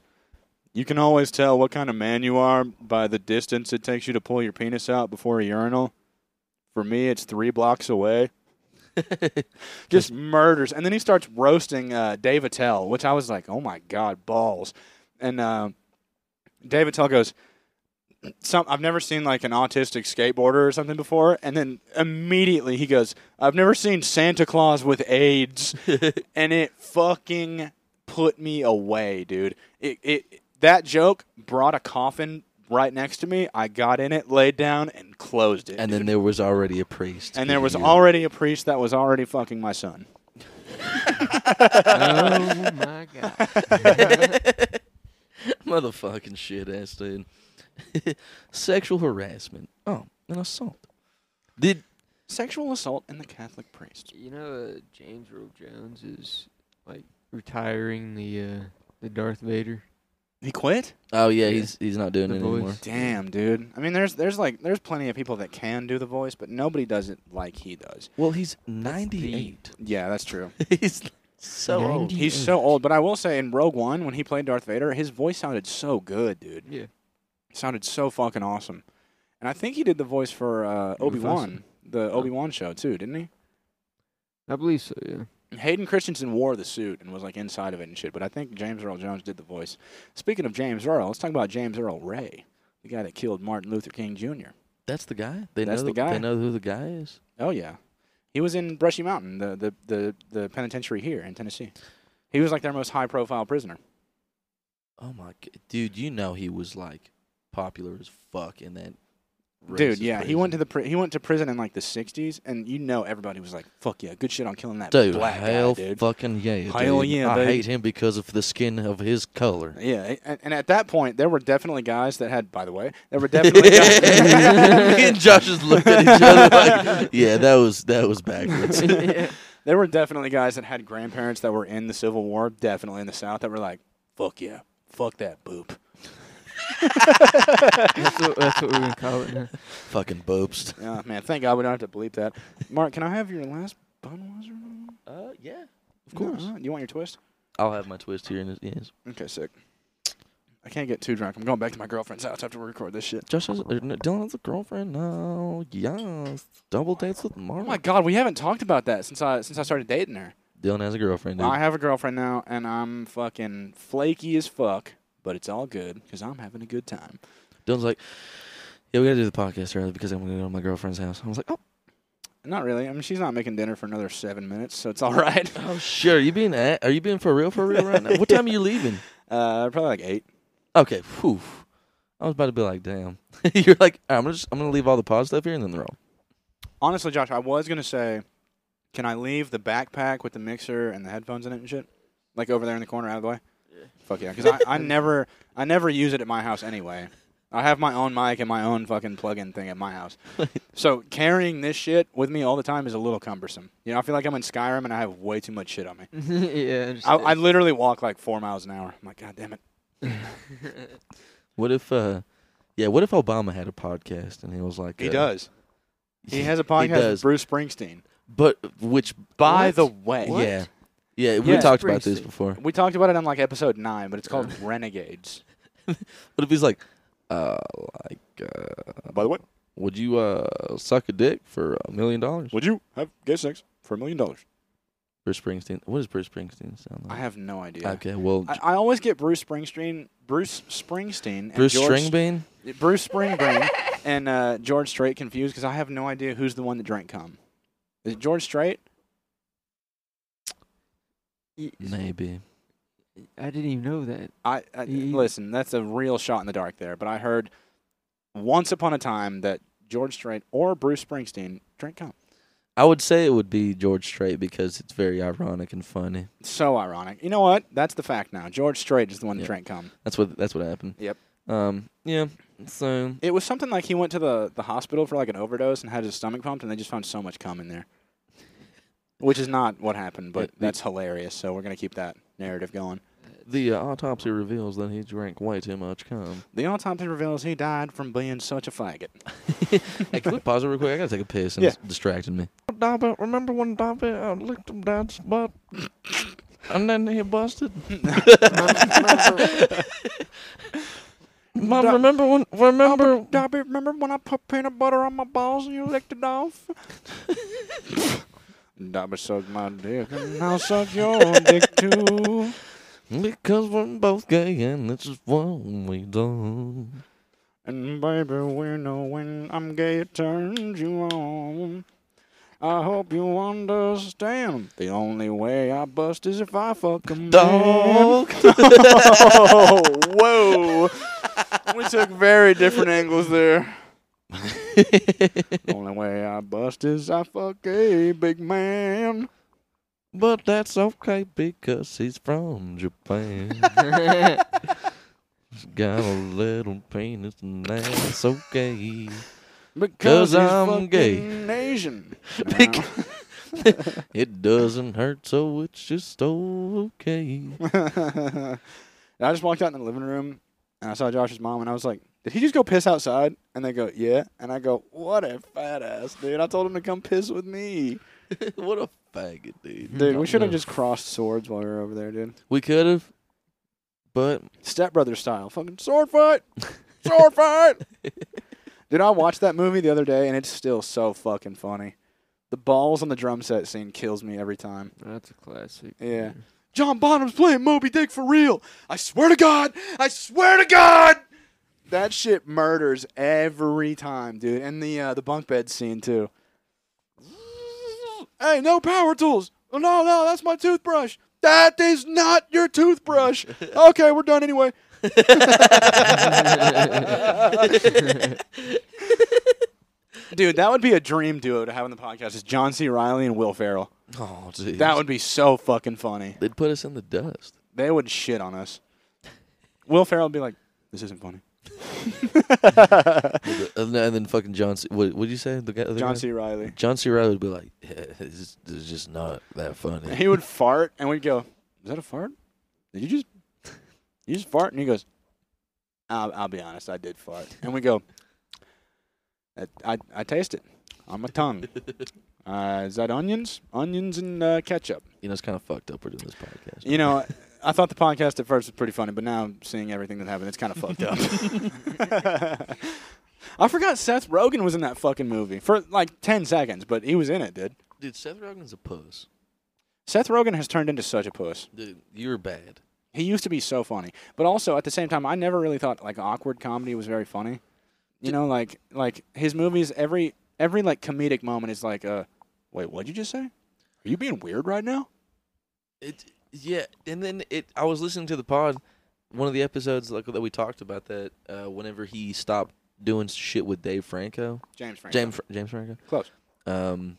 Speaker 1: You can always tell what kind of man you are by the distance it takes you to pull your penis out before a urinal. For me, it's three blocks away. Just murders, and then he starts roasting uh, Dave Attell, which I was like, "Oh my god, balls!" And uh, Dave Attell goes, "Some I've never seen like an autistic skateboarder or something before." And then immediately he goes, "I've never seen Santa Claus with AIDS," and it fucking put me away, dude. It, it that joke brought a coffin right next to me. I got in it, laid down, and closed it.
Speaker 2: And
Speaker 1: dude.
Speaker 2: then there was already a priest.
Speaker 1: And there was
Speaker 2: You-
Speaker 1: already a priest that was already fucking my son.
Speaker 3: oh my god.
Speaker 2: Motherfucking shit ass dude. Sexual harassment. Oh, an assault. Did
Speaker 1: Sexual assault and the Catholic priest.
Speaker 3: You know, uh, James Earl Jones is like retiring the uh, the Darth Vader.
Speaker 1: He quit?
Speaker 2: oh yeah,
Speaker 3: Yeah.
Speaker 2: he's he's not doing
Speaker 3: The
Speaker 2: it
Speaker 3: voice.
Speaker 2: anymore.
Speaker 1: Damn, dude. I mean, there's there's like there's plenty of people that can do the voice, but nobody does it like he does.
Speaker 2: Well, he's ninety eight.
Speaker 1: Yeah, that's true.
Speaker 2: he's so old.
Speaker 1: He's so old, but I will say in Rogue One when he played Darth Vader, his voice sounded so good, dude.
Speaker 3: Yeah.
Speaker 1: It sounded so fucking awesome. And I think he did the voice for uh, Obi Wan, the Obi Wan show too, didn't he?
Speaker 3: I believe so. Yeah.
Speaker 1: Hayden Christensen wore the suit and was like inside of it and shit, but I think James Earl Jones did the voice. Speaking of James Earl, let's talk about James Earl Ray, the guy that killed Martin Luther King Jr.
Speaker 2: That's the guy. They
Speaker 1: That's
Speaker 2: know
Speaker 1: the guy.
Speaker 2: They know who the guy is.
Speaker 1: Oh yeah, he was in Brushy Mountain, the the the, the penitentiary here in Tennessee. He was like their most high profile prisoner.
Speaker 2: Oh my god, dude! You know he was like popular as fuck in that.
Speaker 1: Dude, yeah, he went to the pri- he went to prison in like the '60s, and you know everybody was like, "Fuck yeah, good shit on killing that
Speaker 2: Dude,
Speaker 1: black
Speaker 2: hell
Speaker 1: guy, dude."
Speaker 2: fucking yeah,
Speaker 1: Hell
Speaker 2: dude.
Speaker 1: yeah,
Speaker 2: I
Speaker 1: dude.
Speaker 2: hate him because of the skin of his color.
Speaker 1: Yeah, and, and at that point, there were definitely guys that had. By the way, there were definitely guys,
Speaker 2: Me and Josh just looked at each other like, yeah, that was that was backwards.
Speaker 1: there were definitely guys that had grandparents that were in the Civil War, definitely in the South, that were like, "Fuck yeah, fuck that boop."
Speaker 3: That's what, that's what we're gonna call it. Now.
Speaker 2: Fucking boobs.
Speaker 1: Oh, man, thank God we don't have to bleep that. Mark, can I have your last Budweiser?
Speaker 2: Uh, yeah, of
Speaker 1: Do you want your twist?
Speaker 2: I'll have my twist here in his yes.
Speaker 1: Okay, sick. I can't get too drunk. I'm going back to my girlfriend's house after we record this shit.
Speaker 2: Josh has, or, no, Dylan has a girlfriend now. Yes, double dates with Mark.
Speaker 1: Oh my god, we haven't talked about that since I since I started dating her.
Speaker 2: Dylan has a girlfriend. Dude.
Speaker 1: I have a girlfriend now, and I'm fucking flaky as fuck, but it's all good because I'm having a good time.
Speaker 2: Dylan's like, yeah, we gotta do the podcast early because I'm gonna go to my girlfriend's house. I was like, oh,
Speaker 1: Not really. I mean, she's not making dinner for another seven minutes, so it's all right.
Speaker 2: oh shit, are you being a- are you being for real for real right now? What time are you leaving?
Speaker 1: Uh, probably like eight.
Speaker 2: Okay, whew. I was about to be like, damn. You're like, "All right, I'm gonna just, I'm gonna leave all the pod stuff here and then they're all.
Speaker 1: Honestly, Josh, I was gonna say, can I leave the backpack with the mixer and the headphones in it and shit, like over there in the corner, out of the way? Fuck yeah, because I, I never, I never use it at my house anyway. I have my own mic and my own fucking plug-in thing at my house. so carrying this shit with me all the time is a little cumbersome. You know, I feel like I'm in Skyrim and I have way too much shit on me.
Speaker 3: yeah.
Speaker 1: I, I literally walk like four miles an hour. I'm like, God damn it.
Speaker 2: What if, uh, yeah, what if Obama had a podcast and he was like, uh,
Speaker 1: does. He has a
Speaker 2: He
Speaker 1: podcast with
Speaker 2: does.
Speaker 1: Bruce Springsteen.
Speaker 2: but which
Speaker 1: By
Speaker 2: what?
Speaker 1: the way,
Speaker 3: What?
Speaker 2: yeah, yeah, we
Speaker 1: Yeah.
Speaker 2: talked about this
Speaker 3: Springsteen.
Speaker 2: before.
Speaker 1: we talked about it on like episode nine, but it's called Renegades.
Speaker 2: What if he's like, uh, like, uh,
Speaker 1: By the way,
Speaker 2: would you uh suck a dick for a million dollars?
Speaker 1: would you have gay sex for a million dollars?
Speaker 2: Bruce Springsteen. What does Bruce Springsteen sound
Speaker 1: I
Speaker 2: like?
Speaker 1: have no idea.
Speaker 2: Okay, well,
Speaker 1: I, I always get Bruce Springsteen, Bruce Springsteen, and
Speaker 2: Bruce
Speaker 1: George,
Speaker 2: Stringbean.
Speaker 1: Bruce Springbean, and uh, George Strait confused because I have no idea who's the one that drank cum. Is it George Strait?
Speaker 2: Maybe.
Speaker 3: I didn't even know that.
Speaker 1: I, I
Speaker 3: He-
Speaker 1: listen. That's a real shot in the dark there. But I heard once upon a time that George Strait or Bruce Springsteen drank cum.
Speaker 2: I would say it would be George Strait because it's very ironic and funny.
Speaker 1: So ironic. You know what? That's the fact now. George Strait is the one that
Speaker 2: Yeah.
Speaker 1: drank cum.
Speaker 2: That's what that's what happened.
Speaker 1: Yep.
Speaker 2: Um. Yeah. So
Speaker 1: It was something like he went to the, the hospital for like an overdose and had his stomach pumped, and they just found so much cum in there, which is not what happened, but
Speaker 2: Yeah, we-
Speaker 1: that's hilarious. So we're gonna keep that narrative going.
Speaker 2: the uh, autopsy reveals that he drank way too much cum.
Speaker 1: The autopsy reveals he died from being such a faggot.
Speaker 2: Hey, can we pause it real quick? I gotta take a piss and
Speaker 1: Yeah.
Speaker 2: it's distracting me. uh, remember when Dobby uh, licked him dad's butt, and then he busted. Mom,
Speaker 1: Dob-
Speaker 2: remember when? Remember?
Speaker 1: Dobby, remember when I put peanut butter on my balls and you licked it off? Dobby sucked my dick, and I'll suck your dick too.
Speaker 2: Because we're both gay, and this is what we do.
Speaker 1: And baby, we know when I'm gay it turns you on. I hope you understand. The only way I bust is if I fuck a man.
Speaker 2: Dog.
Speaker 1: Oh, whoa. we took very different angles there. the only way I bust is I fuck a big man.
Speaker 2: but that's okay because he's from Japan. Got a little penis and that's okay.
Speaker 1: Because he's
Speaker 2: I'm gay.
Speaker 1: fucking Asian.
Speaker 2: Bec- it doesn't hurt, so it's just okay.
Speaker 1: and I just walked out in the living room and I saw Josh's mom and I was like, did he just go piss outside? And they go, yeah. And I go, what a fat ass, dude. I told him to come piss with me.
Speaker 2: what a faggot, dude.
Speaker 1: Dude, we should have just crossed swords while we were over there, dude.
Speaker 2: We could have, but
Speaker 1: Stepbrother style. Fucking sword fight. Sword fight. Dude, I watched that movie the other day and it's still so fucking funny. The balls on the drum set scene kills me every time.
Speaker 3: That's a classic.
Speaker 1: Yeah. John Bonham's playing Moby Dick for real. I swear to God. I swear to God. That shit murders every time, dude. And the uh, the bunk bed scene too. Hey, no power tools. Oh, no, no, that's my toothbrush. That is not your toothbrush. Okay, we're done anyway. Dude, that would be a dream duo to have on the podcast. Is John C. Riley and Will Ferrell?
Speaker 2: oh, jeez.
Speaker 1: That would be so fucking funny
Speaker 2: They'd put us in the dust.
Speaker 1: they would shit on us. Will Ferrell would be like, "This isn't funny."
Speaker 2: uh, and then and then fucking John C. What would you say? The guy, the
Speaker 1: John
Speaker 2: guy?
Speaker 1: C. Riley.
Speaker 2: John C. Riley would be like, yeah, this, is- this is just not that funny.
Speaker 1: He would fart, and we'd go, "Is that a fart? Did you just you just fart?" And he goes, "I'll, I'll be honest, I did fart." And we go, "I I, I taste it on my tongue. Uh, is that onions? Onions and uh, ketchup."
Speaker 2: You know, it's kind of fucked up. We're doing this podcast.
Speaker 1: You know, I thought the podcast at first was pretty funny, but now seeing everything that happened, it's kind of fucked up. I forgot Seth Rogen was in that fucking movie for like 10 seconds, but he was in it, dude.
Speaker 2: dude, Seth Rogen's a puss.
Speaker 1: Seth Rogen has turned into such a puss.
Speaker 2: Dude, you're bad.
Speaker 1: He used to be so funny, but also at the same time, I never really thought like awkward comedy was very funny. You know, like like his movies, every every like comedic moment is like, uh, wait, what'd you just say? Are you being weird right now?
Speaker 2: It yeah, and then it. I was listening to the pod, one of the episodes like that we talked about that. Uh, whenever he stopped doing shit with Dave Franco,
Speaker 1: James Franco.
Speaker 2: James Fr- James Franco.
Speaker 1: Close.
Speaker 2: Um,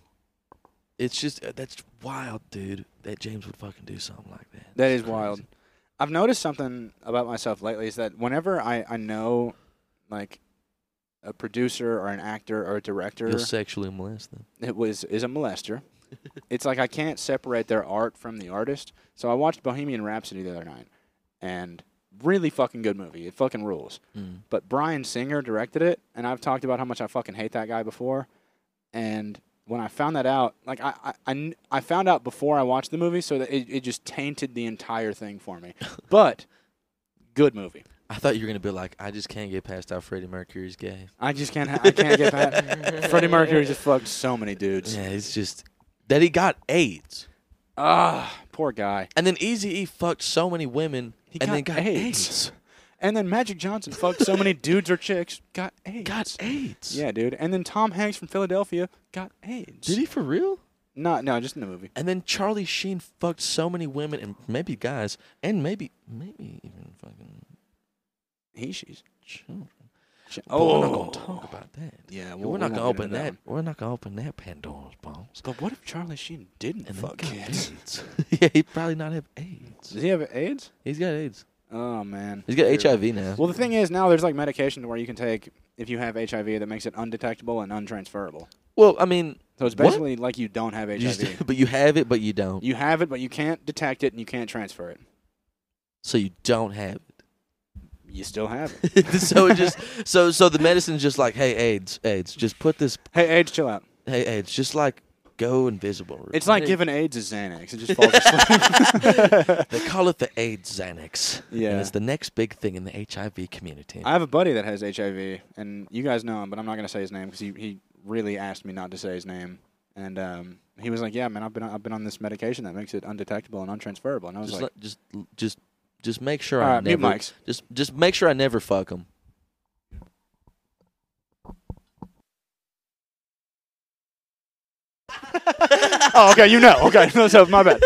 Speaker 2: it's just uh, that's wild, dude. That James would fucking do something like that.
Speaker 1: That
Speaker 2: It's
Speaker 1: is wild.
Speaker 2: crazy.
Speaker 1: I've noticed something about myself lately is that whenever I, I know like a producer or an actor or a director
Speaker 2: You'll sexually molest them.
Speaker 1: it was is a molester, it's like I can't separate their art from the artist. So I watched Bohemian Rhapsody the other night and really fucking good movie. It fucking rules.
Speaker 2: Mm.
Speaker 1: But Brian Singer directed it and I've talked about how much I fucking hate that guy before and when I found that out, like I, I- I, kn- I found out before I watched the movie, so that it, it just tainted the entire thing for me. But good movie.
Speaker 2: I thought you were gonna be like, I just can't get past how Freddie Mercury's gay.
Speaker 1: I just can't. ha- I can't get that. Freddie Mercury just fucked so many dudes.
Speaker 2: Yeah, it's just that he got AIDS,
Speaker 1: Ah, poor guy.
Speaker 2: and then Easy E fucked so many women,
Speaker 1: He
Speaker 2: and
Speaker 1: got
Speaker 2: then got
Speaker 1: AIDS.
Speaker 2: AIDS.
Speaker 1: And then Magic Johnson fucked so many dudes or chicks. Got AIDS.
Speaker 2: Got AIDS.
Speaker 1: Yeah, dude. And then Tom Hanks from Philadelphia got AIDS.
Speaker 2: Did he for real?
Speaker 1: Not no, just in the movie.
Speaker 2: And then Charlie Sheen fucked so many women and maybe guys and maybe maybe even fucking
Speaker 1: He she's.
Speaker 2: children.
Speaker 1: she-
Speaker 2: But we're not gonna talk about that.
Speaker 1: Oh. Yeah,
Speaker 2: Oh. we're, not gonna
Speaker 1: get
Speaker 2: open
Speaker 1: into
Speaker 2: that.
Speaker 1: one.
Speaker 2: we're not gonna open that Pandora's box.
Speaker 1: But what if Charlie Sheen didn't
Speaker 2: And then
Speaker 1: fuck
Speaker 2: got
Speaker 1: kids?
Speaker 2: AIDS. yeah, he'd probably not have AIDS.
Speaker 1: Does he have AIDS?
Speaker 2: He's got AIDS.
Speaker 1: Oh man.
Speaker 2: He's got HIV now.
Speaker 1: Well, the thing is now there's like medication where you can take if you have HIV that makes it undetectable and untransferable.
Speaker 2: Well, I mean,
Speaker 1: So it's
Speaker 2: What?
Speaker 1: basically like you don't have
Speaker 2: you just-
Speaker 1: HIV.
Speaker 2: but you have it, but you don't.
Speaker 1: you have it, but you can't detect it and you can't transfer it.
Speaker 2: so you don't have
Speaker 1: You still have it.
Speaker 2: it. so it just so so the medicine's just like, hey, AIDS, AIDS, just put this,
Speaker 1: hey, AIDS, chill out.
Speaker 2: hey, AIDS, just like go invisible.
Speaker 1: It's like
Speaker 2: Hey,
Speaker 1: giving AIDS a Xanax. It just falls asleep.
Speaker 2: They call it the AIDS Xanax. And
Speaker 1: Yeah.
Speaker 2: it's the next big thing in the HIV community.
Speaker 1: I have a buddy that has HIV, and you guys know him, but I'm not gonna say his name because he, he really asked me not to say his name. And um, he was like, "Yeah, man, I've been I've been on this medication that makes it undetectable and untransferable." And I was
Speaker 2: just,
Speaker 1: like,
Speaker 2: let- just, just, just make sure
Speaker 1: "All
Speaker 2: I
Speaker 1: right, mute
Speaker 2: never.
Speaker 1: mics."
Speaker 2: Just, just make sure I never fuck them.
Speaker 1: oh, okay, you know. Okay, no, so my bad.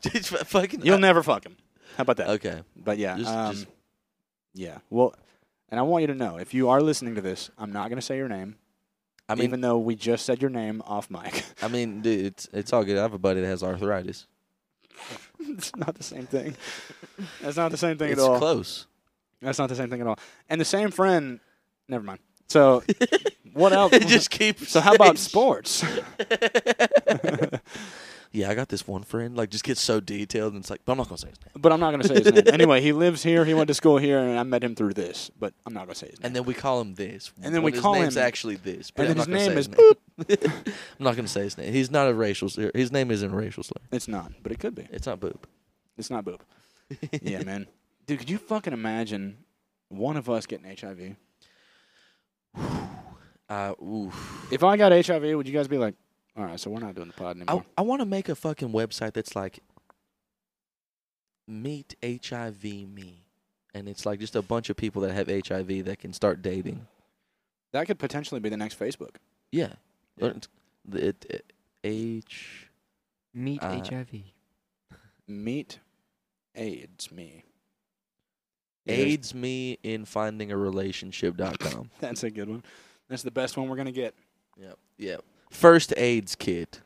Speaker 2: Just fu- fucking.
Speaker 1: You'll never fuck him. How about that?
Speaker 2: Okay.
Speaker 1: But yeah,
Speaker 2: Uh, Just-
Speaker 1: um,
Speaker 2: just-
Speaker 1: yeah. Well, and I want you to know if you are listening to this, I'm not going to say your name.
Speaker 2: I mean,
Speaker 1: even though we just said your name off mic.
Speaker 2: I mean, dude, it's it's all good. I have a buddy that has arthritis.
Speaker 1: it's not the same thing. That's not the same thing
Speaker 2: it's
Speaker 1: at all.
Speaker 2: close.
Speaker 1: That's not the same thing at all. And the same friend. Never mind. So what else?
Speaker 2: It just keeps.
Speaker 1: so how about
Speaker 2: saying-
Speaker 1: sports?
Speaker 2: yeah, I got this one friend. Like, just gets so detailed, and it's like, but I'm not gonna say his name.
Speaker 1: But I'm not going to say his name. Anyway, he lives here. He went to school here, and I met him through this. But I'm not going to say his name.
Speaker 2: And then we call him this.
Speaker 1: And then
Speaker 2: when
Speaker 1: we call
Speaker 2: his name's
Speaker 1: him-
Speaker 2: actually this. But
Speaker 1: and
Speaker 2: I'm
Speaker 1: then
Speaker 2: not
Speaker 1: his
Speaker 2: gonna
Speaker 1: name
Speaker 2: say his name. I'm not gonna say his name. He's not a racial. slur. His name isn't a racial slur.
Speaker 1: It's not, but it could be.
Speaker 2: It's not boob.
Speaker 1: It's not boob. yeah, man. Dude, could you fucking imagine one of us getting HIV?
Speaker 2: Uh, ooh.
Speaker 1: If I got HIV, would you guys be like, all right, so we're not doing the pod
Speaker 2: I
Speaker 1: anymore?
Speaker 2: I want to make a fucking website that's like meet HIV me, and it's like just a bunch of people that have HIV that can start dating.
Speaker 1: that could potentially be the next Facebook.
Speaker 2: Yeah.
Speaker 1: Yeah.
Speaker 2: Or the it, it, H.
Speaker 3: Meet
Speaker 2: Uh,
Speaker 3: HIV.
Speaker 1: Meet AIDS me. Yeah, there's-
Speaker 2: AIDS me in finding a relationship.com.
Speaker 1: That's a good one. That's the best one we're going to get.
Speaker 2: yep. Yep. First AIDS kit.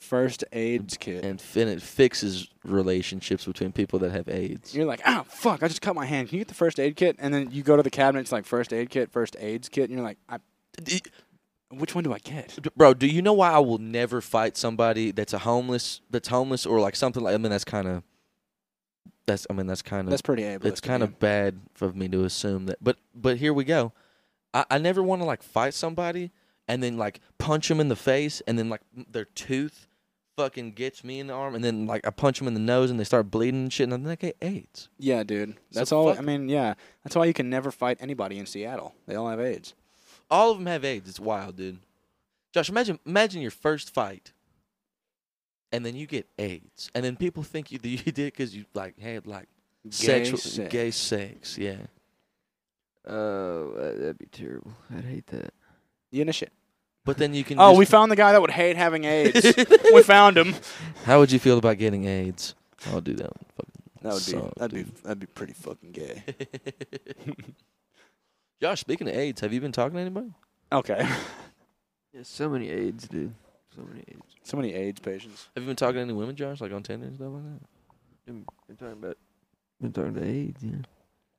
Speaker 1: First AIDS kit.
Speaker 2: And, f- and it fixes relationships between people that have AIDS.
Speaker 1: You're like, ah, fuck, I just cut my hand. Can you get the first aid kit? And then you go to the cabinet, it's like first aid kit, first AIDS kit. And you're like, I,
Speaker 2: D-
Speaker 1: which one do I get?
Speaker 2: Bro, do you know why I will never fight somebody that's a homeless that's homeless or like something like I mean that's kind of that's I mean that's kind of
Speaker 1: That's pretty ableist.
Speaker 2: it's kind
Speaker 1: yeah.
Speaker 2: of bad of me to assume that but but here we go i, I never want to like fight somebody and then like punch them in the face and then like m- their tooth fucking gets me in the arm and then like i punch them in the nose and they start bleeding and shit and i'm like hey aids
Speaker 1: Yeah, dude.
Speaker 2: So
Speaker 1: That's all.
Speaker 2: fuck
Speaker 1: I mean, yeah. That's why you can never fight anybody in Seattle. They all have AIDS.
Speaker 2: all of them have aids it's wild dude josh imagine imagine your first fight and then you get aids and then people think you that you did because you like had like sexual
Speaker 1: sex.
Speaker 2: gay sex yeah
Speaker 3: Oh, uh, that'd be terrible. I'd hate that.
Speaker 1: You know shit.
Speaker 2: but then you can
Speaker 1: Oh,
Speaker 2: just-
Speaker 1: we found the guy that would hate having AIDS. we found him.
Speaker 2: How would you feel about getting AIDS? I'll do that.
Speaker 1: That would be.
Speaker 2: Suck,
Speaker 1: that'd be.
Speaker 2: dude.
Speaker 1: That'd be pretty fucking gay.
Speaker 2: One. Josh, speaking of AIDS, have you been talking to anybody?
Speaker 1: Okay.
Speaker 3: Yeah, so many AIDS, dude. So many AIDS.
Speaker 1: So many AIDS patients.
Speaker 2: Have you been talking to any women, Josh, like on Tinder and stuff like that?
Speaker 3: Been, been talking about. Been talking about AIDS, yeah.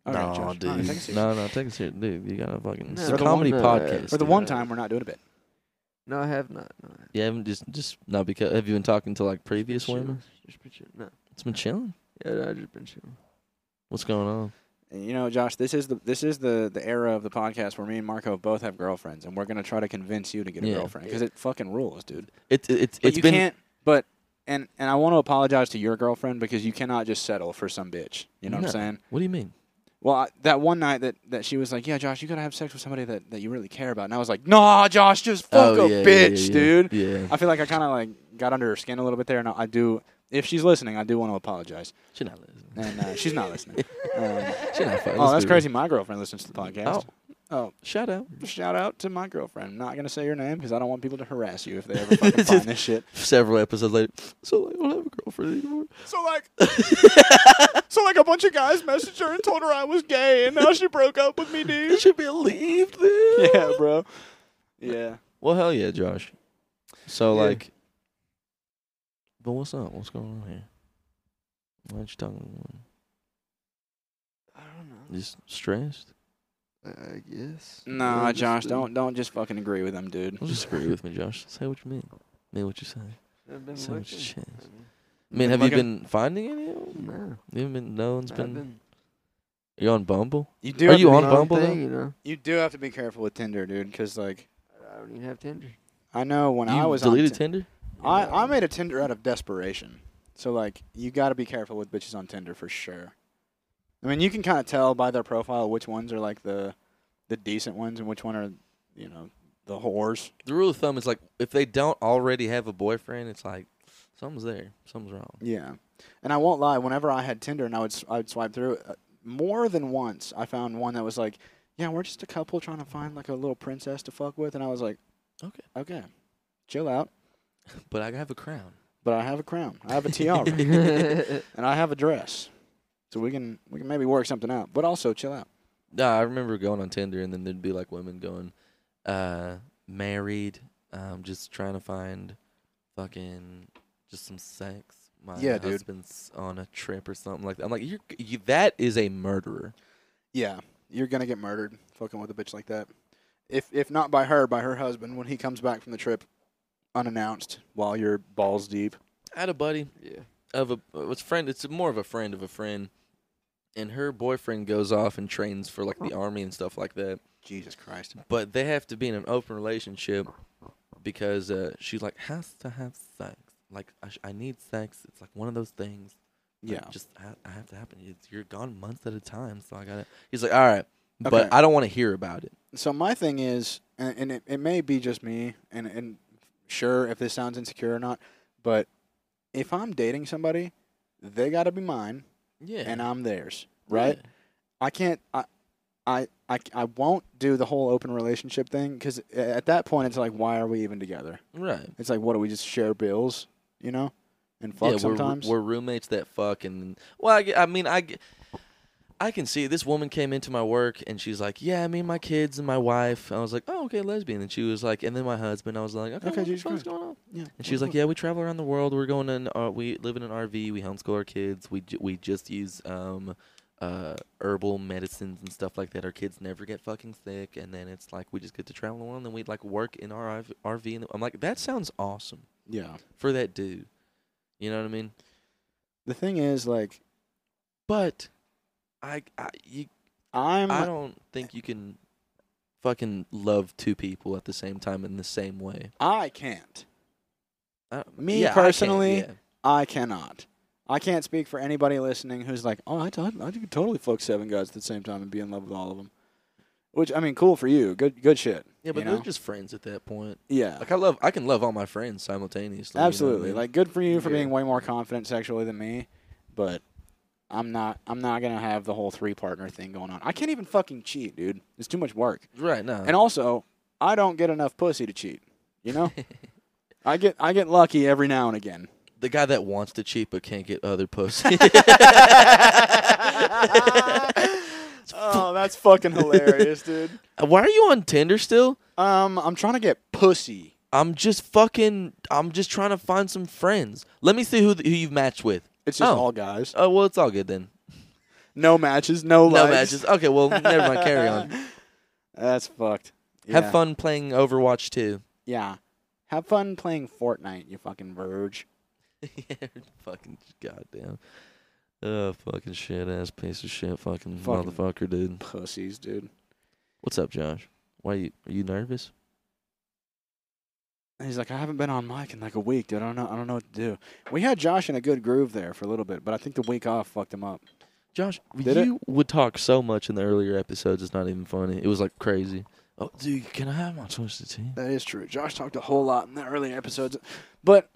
Speaker 1: All right, Josh. All right, take it serious.
Speaker 2: no, no, take it serious, dude. You got a fucking it's
Speaker 3: No,
Speaker 2: a
Speaker 3: the
Speaker 2: comedy
Speaker 3: one, uh,
Speaker 2: podcast.
Speaker 1: For the
Speaker 2: dude.
Speaker 1: one time, we're not doing a bit.
Speaker 3: No, I have not. No, I have.
Speaker 2: you haven't just just not because have you been talking to like previous
Speaker 3: Been
Speaker 2: women?
Speaker 3: chilling. Just been chilling. No.
Speaker 2: It's been chilling.
Speaker 3: Yeah, no, I've just been chilling.
Speaker 2: What's going on?
Speaker 1: And You know, Josh, this is the this is the the era of the podcast where me and Marco both have girlfriends, and we're gonna try to convince you to get a
Speaker 2: Yeah.
Speaker 1: girlfriend because it fucking rules, dude.
Speaker 2: It, it, it's
Speaker 1: But
Speaker 2: it's
Speaker 1: you
Speaker 2: been
Speaker 1: can't. But and and I want to apologize to your girlfriend because you cannot just settle for some bitch. You know what
Speaker 2: No.
Speaker 1: I'm saying?
Speaker 2: what do you mean?
Speaker 1: Well, I, that one night that, that she was like, "Yeah, Josh, you gotta have sex with somebody that, that you really care about," and I was like, "Nah, Josh, just fuck
Speaker 2: oh,
Speaker 1: a
Speaker 2: yeah, yeah,
Speaker 1: bitch,
Speaker 2: yeah,
Speaker 1: dude."
Speaker 2: Yeah.
Speaker 1: I feel like I kind of like got under her skin a little bit there, and I, I do. If she's listening, I do want to apologize,
Speaker 2: She's not listening.
Speaker 1: and uh, she's not listening. Um,
Speaker 2: She's not fucking
Speaker 1: oh, that's crazy. My girlfriend listens to the podcast. Oh.
Speaker 2: Shout out.
Speaker 1: shout out to my girlfriend. I'm not gonna say your name because I don't want people to harass you if they ever fucking find this shit.
Speaker 2: Several episodes later. So like, I don't have a girlfriend anymore.
Speaker 1: So like, so like a bunch of guys messaged her and told her I was gay, and now she broke up with me,
Speaker 2: You
Speaker 1: dude.
Speaker 2: should be relieved then.
Speaker 1: yeah, bro. Yeah.
Speaker 2: Well, hell yeah, Josh. So
Speaker 3: Yeah.
Speaker 2: like, but what's up? What's going on here? Why aren't you talking?
Speaker 3: I don't know.
Speaker 2: Just stressed?
Speaker 3: I I guess.
Speaker 1: Nah,
Speaker 3: Yeah, just
Speaker 1: Josh,
Speaker 3: been-
Speaker 1: don't don't just fucking agree with them, dude.
Speaker 2: Don't disagree with me, Josh. Say what you mean. Mean what you say.
Speaker 3: I've been
Speaker 2: So much
Speaker 3: looking.
Speaker 2: shit.
Speaker 3: I
Speaker 2: I
Speaker 3: mean,
Speaker 2: mean,
Speaker 1: Been
Speaker 2: have you
Speaker 1: looking-
Speaker 2: been finding any? of 'em?
Speaker 3: No,
Speaker 2: You haven't been. No one's
Speaker 3: I've
Speaker 2: been.
Speaker 3: been
Speaker 2: You on Bumble?
Speaker 1: You do.
Speaker 2: Are
Speaker 1: have
Speaker 2: you
Speaker 1: to
Speaker 2: on
Speaker 1: be-
Speaker 3: my own
Speaker 2: Bumble,
Speaker 3: thing,
Speaker 2: though?
Speaker 3: you know.
Speaker 1: You do have to be careful with Tinder, dude, because like
Speaker 3: I don't even have Tinder.
Speaker 1: I know when
Speaker 2: you
Speaker 1: I was
Speaker 2: deleted
Speaker 1: on Tin-
Speaker 2: Tinder.
Speaker 1: I I made a Tinder out of desperation. So like you got to be careful with bitches on Tinder for sure. I mean, you can kind of tell by their profile which ones are like the the decent ones and which one are you know the whores.
Speaker 2: The rule of thumb is like, if they don't already have a boyfriend, it's like something's there. Something's wrong.
Speaker 1: Yeah, and I won't lie. Whenever I had Tinder and I would s- I would swipe through uh, more than once, I found one that was like, "Yeah, we're just a couple trying to find like a little princess to fuck with," and I was like,
Speaker 2: Okay.
Speaker 1: okay, chill out."
Speaker 2: But I have a crown.
Speaker 1: But I have a crown, I have a tiara, and I have a dress, so we can we can maybe work something out. But also chill out.
Speaker 2: No, I remember going on Tinder and then there'd be like women going, uh, married, um, just trying to find fucking just some sex. My
Speaker 1: Yeah, dude.
Speaker 2: husband's on a trip or something like that. I'm like, you're, you, that is a murderer.
Speaker 1: Yeah, you're gonna get murdered fucking with a bitch like that. If if not by her, by her husband when he comes back from the trip, unannounced, while you're balls deep.
Speaker 2: I had a buddy
Speaker 3: Yeah.
Speaker 2: of a it's friend. It's more of a friend of a friend, and her boyfriend goes off and trains for like the army and stuff like that.
Speaker 1: Jesus Christ.
Speaker 2: But they have to be in an open relationship because uh, she like has to have sex. Like I, sh- I need sex. It's like one of those things. Like,
Speaker 1: Yeah.
Speaker 2: just I, I have to happen. It's, you're gone months at a time, so I got to He's like, all right, but
Speaker 1: Okay.
Speaker 2: I don't want to hear about it.
Speaker 1: So my thing is, and, and it, it may be just me, and and sure if this sounds insecure or not, but if I'm dating somebody, they gotta be mine
Speaker 2: Yeah,
Speaker 1: and I'm theirs, right? I can't. I, I, I, I won't do the whole open relationship thing because at that point it's like, why are we even together?
Speaker 2: right.
Speaker 1: It's like, what do we just share bills, you know, and fuck
Speaker 2: yeah,
Speaker 1: sometimes?
Speaker 2: We're, we're roommates that fuck and well, I, ge- I mean, I, ge- I can see this woman came into my work and she's like, yeah, me and my kids and my wife. I was like, oh, okay, lesbian. And she was like, and then my husband. I was like, okay,
Speaker 1: Okay,
Speaker 2: what the
Speaker 1: Jesus
Speaker 2: fuck's
Speaker 1: Christ.
Speaker 2: going on?
Speaker 1: yeah.
Speaker 2: And she was like, yeah, we travel around the world. We're going in, uh, we live in an RV. We homeschool our kids. We ju- we just use um, uh, herbal medicines and stuff like that. Our kids never get fucking sick. And then it's like we just get to travel around. And then we like work in our RV. RV and I'm like, that sounds awesome
Speaker 1: yeah.
Speaker 2: for that dude. You know what I mean?
Speaker 1: The thing is, like,
Speaker 2: But I, I you,
Speaker 1: I'm.
Speaker 2: I don't think you can fucking love two people at the same time in the same way.
Speaker 1: I can't.
Speaker 2: I-
Speaker 1: Me
Speaker 2: yeah, I can,
Speaker 1: personally,
Speaker 2: yeah.
Speaker 1: I cannot. I can't speak for anybody listening who's like, oh, I, t- I could totally fuck seven guys at the same time and be in love with all of them. Which I mean, cool for you. Good, good shit.
Speaker 2: yeah, but
Speaker 1: you
Speaker 2: they're
Speaker 1: know?
Speaker 2: just friends at that point.
Speaker 1: yeah.
Speaker 2: Like I love, I can love all my friends simultaneously. you know what I
Speaker 1: Absolutely.
Speaker 2: mean?
Speaker 1: Like good for you for
Speaker 3: Yeah.
Speaker 1: being way more confident sexually than me, but I'm not I'm not going to have the whole three partner thing going on. I can't even fucking cheat, dude. It's too much work.
Speaker 2: right now.
Speaker 1: And also, I don't get enough pussy to cheat, you know? I get I get lucky every now and again.
Speaker 2: the guy that wants to cheat but can't get other pussy.
Speaker 1: Oh, that's fucking hilarious, dude.
Speaker 2: Why are you on Tinder still?
Speaker 1: Um, I'm trying to get pussy.
Speaker 2: I'm just fucking. I'm just trying to find some friends. Let me see who th- who you've matched with.
Speaker 1: It's just
Speaker 2: Oh.
Speaker 1: all guys.
Speaker 2: Oh well, it's all good then.
Speaker 1: No matches, no
Speaker 2: No
Speaker 1: likes.
Speaker 2: matches. Okay, well, never mind. Carry on.
Speaker 1: That's fucked.
Speaker 2: Have
Speaker 1: Yeah.
Speaker 2: fun playing Overwatch 2.
Speaker 1: Yeah. Have fun playing Fortnite, you fucking verge.
Speaker 2: yeah, fucking goddamn. Oh, fucking shit ass piece of shit, fucking,
Speaker 1: Fucking-
Speaker 2: motherfucker, dude.
Speaker 1: Pussies, dude.
Speaker 2: What's up, Josh? Why you are you nervous?
Speaker 1: And he's like, I haven't been on mic in like a week, dude. I don't know. I don't know what to do. We had Josh in a good groove there for a little bit, but I think the week off fucked him up.
Speaker 2: Josh,
Speaker 1: Did it?
Speaker 2: you would talk so much in the earlier episodes. It's not even funny. It was like crazy. Oh, dude, can I have my twisted tea?
Speaker 1: That is true. Josh talked a whole lot in the early episodes, but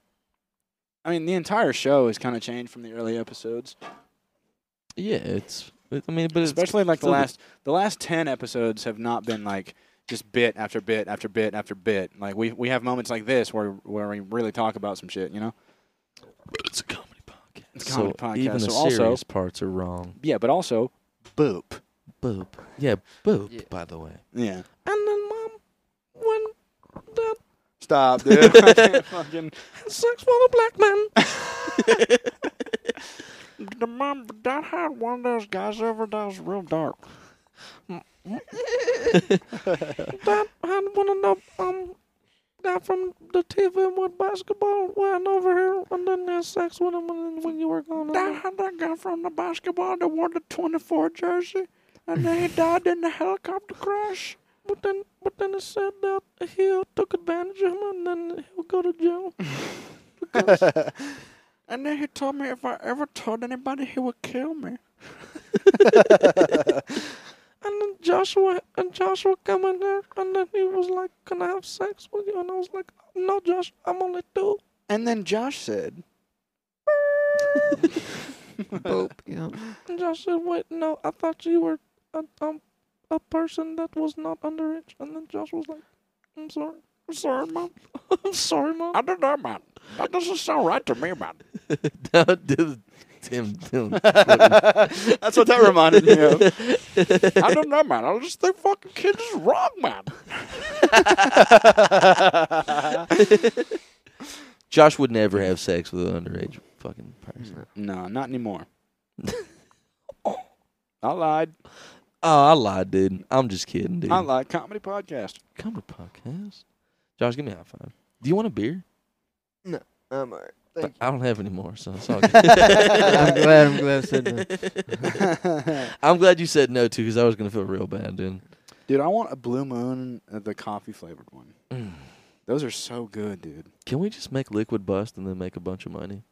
Speaker 1: I mean, the entire show has kind of changed from the early episodes,
Speaker 2: Yeah, it's. It, I mean, but it's,
Speaker 1: especially like the
Speaker 2: still-
Speaker 1: last the last ten episodes have not been like just bit after bit after bit after bit. Like we we have moments like this where where we really talk about some shit, you know?
Speaker 2: But it's a comedy podcast.
Speaker 1: It's a comedy
Speaker 2: so
Speaker 1: podcast,
Speaker 2: Even the
Speaker 1: so also-
Speaker 2: serious parts are wrong.
Speaker 1: Yeah, but also boop.
Speaker 2: Boop. Yeah, boop.
Speaker 3: Yeah.
Speaker 2: By the way.
Speaker 1: Yeah.
Speaker 2: And then mom, when dad
Speaker 1: Stop, dude. I can't fucking.
Speaker 2: had sex with a black man.
Speaker 4: The mom, dad had one of those guys over that was real dark.
Speaker 2: Dad had one of the um guy from the TV with basketball went over here and then had sex with him and then when you were gone.
Speaker 4: Dad had that guy from the basketball that wore the 24 jersey, and then he died in the helicopter crash.
Speaker 2: But then but then it said that he took advantage of him and then he'll go to jail.
Speaker 4: And then he told me if I ever told anybody, he would kill me.
Speaker 2: And then Joshua and Joshua came in there and then he was like, Can I have sex with you? And I was like, No Josh, I'm only two.
Speaker 1: And then Josh said,
Speaker 3: Boop. Yeah.
Speaker 2: And Josh said, Wait, no, I thought you were a um a person that was not underage and then Josh was like, I'm sorry.
Speaker 4: I'm sorry, mom.
Speaker 2: I'm sorry, mom.
Speaker 4: I don't know, man. That doesn't sound right to me, man.
Speaker 2: Dude, Tim, Tim.
Speaker 5: That's what that reminded me of.
Speaker 1: I don't know, man. I just think fucking kids is wrong, man.
Speaker 2: Josh would never have sex with an underage fucking person.
Speaker 1: No, not anymore. I lied.
Speaker 2: Oh, I lied, dude. I'm just kidding, dude.
Speaker 1: I lied. Comedy podcast.
Speaker 2: Come to podcast. Josh, give me a high five. Do you want a beer?
Speaker 3: I'm alright.
Speaker 2: But
Speaker 3: Thank
Speaker 2: I don't have any more, so it's all
Speaker 3: you.
Speaker 2: good.
Speaker 3: I'm glad. I'm glad I said that.
Speaker 2: I'm glad you said no too, because I was gonna feel real bad, dude.
Speaker 1: Dude, I want a Blue Moon, uh, the coffee flavored one. Those are so good, dude.
Speaker 2: Can we just make liquid bust and then make a bunch of money?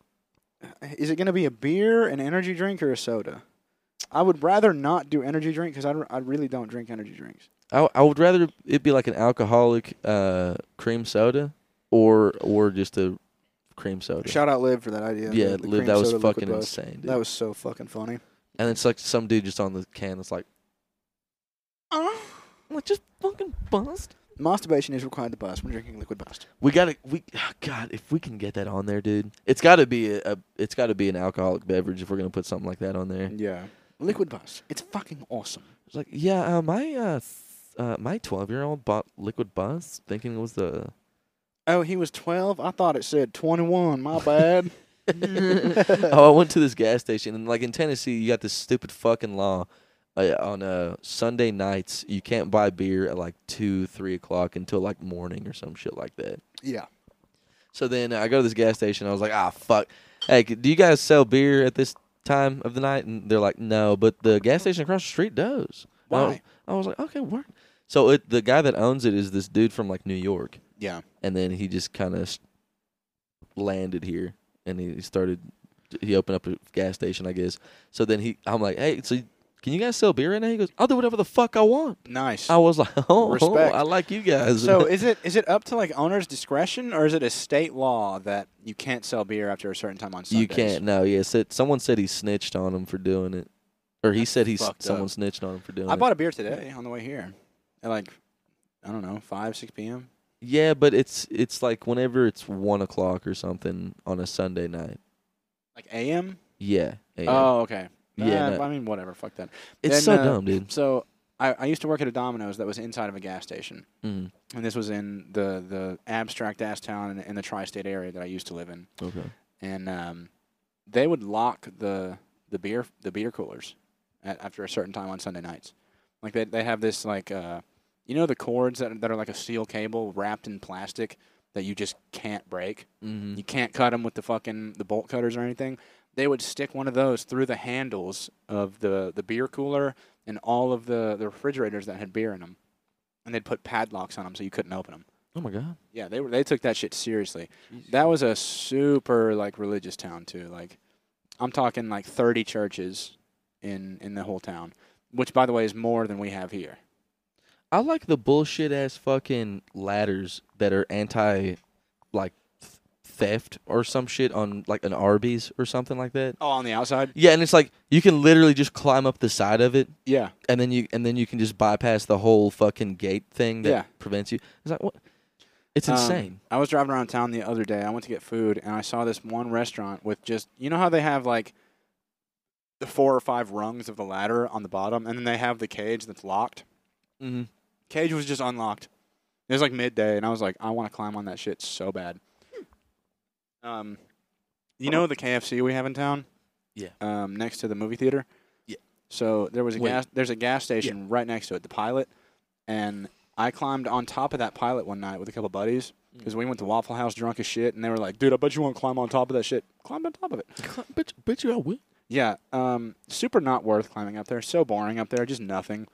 Speaker 1: Is it going to be a beer, an energy drink, or a soda? I would rather not do energy drink because I, don't- I really don't drink energy drinks.
Speaker 2: I I would rather it be like an alcoholic uh, cream soda, or or just a cream soda.
Speaker 1: Shout out Liv for that idea.
Speaker 2: yeah,
Speaker 1: the- the
Speaker 2: Liv,
Speaker 1: cream
Speaker 2: that was
Speaker 1: soda liquid
Speaker 2: fucking
Speaker 1: buzz.
Speaker 2: insane, dude.
Speaker 1: That was so fucking funny.
Speaker 2: and it's like some dude just on the can that's like, I'm like just fucking bust.
Speaker 1: Uh-huh. Masturbation is required to bust when drinking liquid bust.
Speaker 2: We gotta we oh, God if we can get that on there, dude. It's gotta be a, a it's gotta be an alcoholic beverage if we're gonna put something like that on there.
Speaker 1: Yeah. Liquid bust. It's fucking awesome.
Speaker 2: It's like, yeah, uh, my uh, s- uh, my twelve year old bought liquid buzz, thinking it was the.
Speaker 1: Oh, he was 12? I thought it said 21. My bad.
Speaker 2: oh, I went to this gas station, and like in Tennessee, you got this stupid fucking law. Uh, on uh, Sunday nights, you can't buy beer at like two, three o'clock until like morning or some shit like that.
Speaker 1: yeah.
Speaker 2: So then I go to this gas station. I was like, ah, fuck. Hey, c- do you guys sell beer at this time of the night? And they're like, no, but the gas station across the street does. And I was-
Speaker 1: Why?
Speaker 2: I was like, okay, work. So it, the guy that owns it is this dude from like New York.
Speaker 1: Yeah.
Speaker 2: and then he just kind of landed here and he started he opened up a gas station i guess so then he i'm like hey so can you guys sell beer right now he goes i'll do whatever the fuck i want
Speaker 1: Nice.
Speaker 2: i was like oh
Speaker 1: Respect.
Speaker 2: i like you guys
Speaker 1: So is it is it up to like owner's discretion, or is it a state law that you can't sell beer after a certain time on Sundays?
Speaker 2: you can't no yeah said, someone said he snitched on him for doing it or he said he s-
Speaker 1: fucked up.
Speaker 2: someone snitched on him for doing
Speaker 1: I
Speaker 2: it
Speaker 1: bought a beer today on the way here, at like I don't know five six p.m.
Speaker 2: yeah but it's it's like whenever it's one o'clock or something on a sunday night
Speaker 1: like a.m.
Speaker 2: yeah yeah.
Speaker 1: Oh, okay.
Speaker 2: Yeah,
Speaker 1: Uh,
Speaker 2: no.
Speaker 1: I mean whatever. Fuck that.
Speaker 2: it's so
Speaker 1: then, uh,
Speaker 2: dumb dude
Speaker 1: So I, I used to work at a Domino's that was inside of a gas station,
Speaker 2: mm,
Speaker 1: and this was in the the abstract ass town in, in the tri-state area that I used to live in,
Speaker 2: okay
Speaker 1: and um, they would lock the the beer the beer coolers at, after a certain time on Sunday nights. Like they they have this like uh, you know the cords that that are like a steel cable wrapped in plastic that you just can't break.
Speaker 2: mm-hmm.
Speaker 1: You can't cut them with the fucking the bolt cutters or anything. They would stick one of those through the handles of the the beer cooler and all of the the refrigerators that had beer in them, and they'd put padlocks on them so you couldn't open them.
Speaker 2: oh my god
Speaker 1: Yeah, they were they took that shit seriously. That was a super like religious town too. Like I'm talking like 30 churches in in the whole town, which by the way is more than we have here.
Speaker 2: I like the bullshit ass fucking ladders that are anti, like, th- theft or some shit on like an Arby's or something like that.
Speaker 1: Oh, on the outside?
Speaker 2: Yeah, and it's like you can literally just climb up the side of it,
Speaker 1: Yeah.
Speaker 2: and then you and then you can just bypass the whole fucking gate thing that
Speaker 1: Yeah.
Speaker 2: prevents you. It's like what? It's
Speaker 1: Um,
Speaker 2: insane.
Speaker 1: I was driving around town the other day. I went to get food and I saw this one restaurant with just you know how they have like the four or five rungs of the ladder on the bottom and then they have the cage that's locked.
Speaker 2: Mm-hmm.
Speaker 1: Cage was just unlocked. It was like midday, and I was like, I want to climb on that shit so bad. Um, you know the KFC we have in town?
Speaker 2: Yeah.
Speaker 1: Um, next to the movie theater.
Speaker 2: Yeah.
Speaker 1: So there was a
Speaker 2: Wait.
Speaker 1: gas. There's a gas station right next to it, the Pilot, and I climbed on top of that Pilot one night with a couple buddies because
Speaker 2: Mm.
Speaker 1: we went to Waffle House drunk as shit, and they were like, "Dude, I bet you want to climb on top of that shit." Climbed on top of it.
Speaker 2: Bitch, bitch, you out with?
Speaker 1: Yeah, um, super not worth climbing up there. So boring up there, just nothing.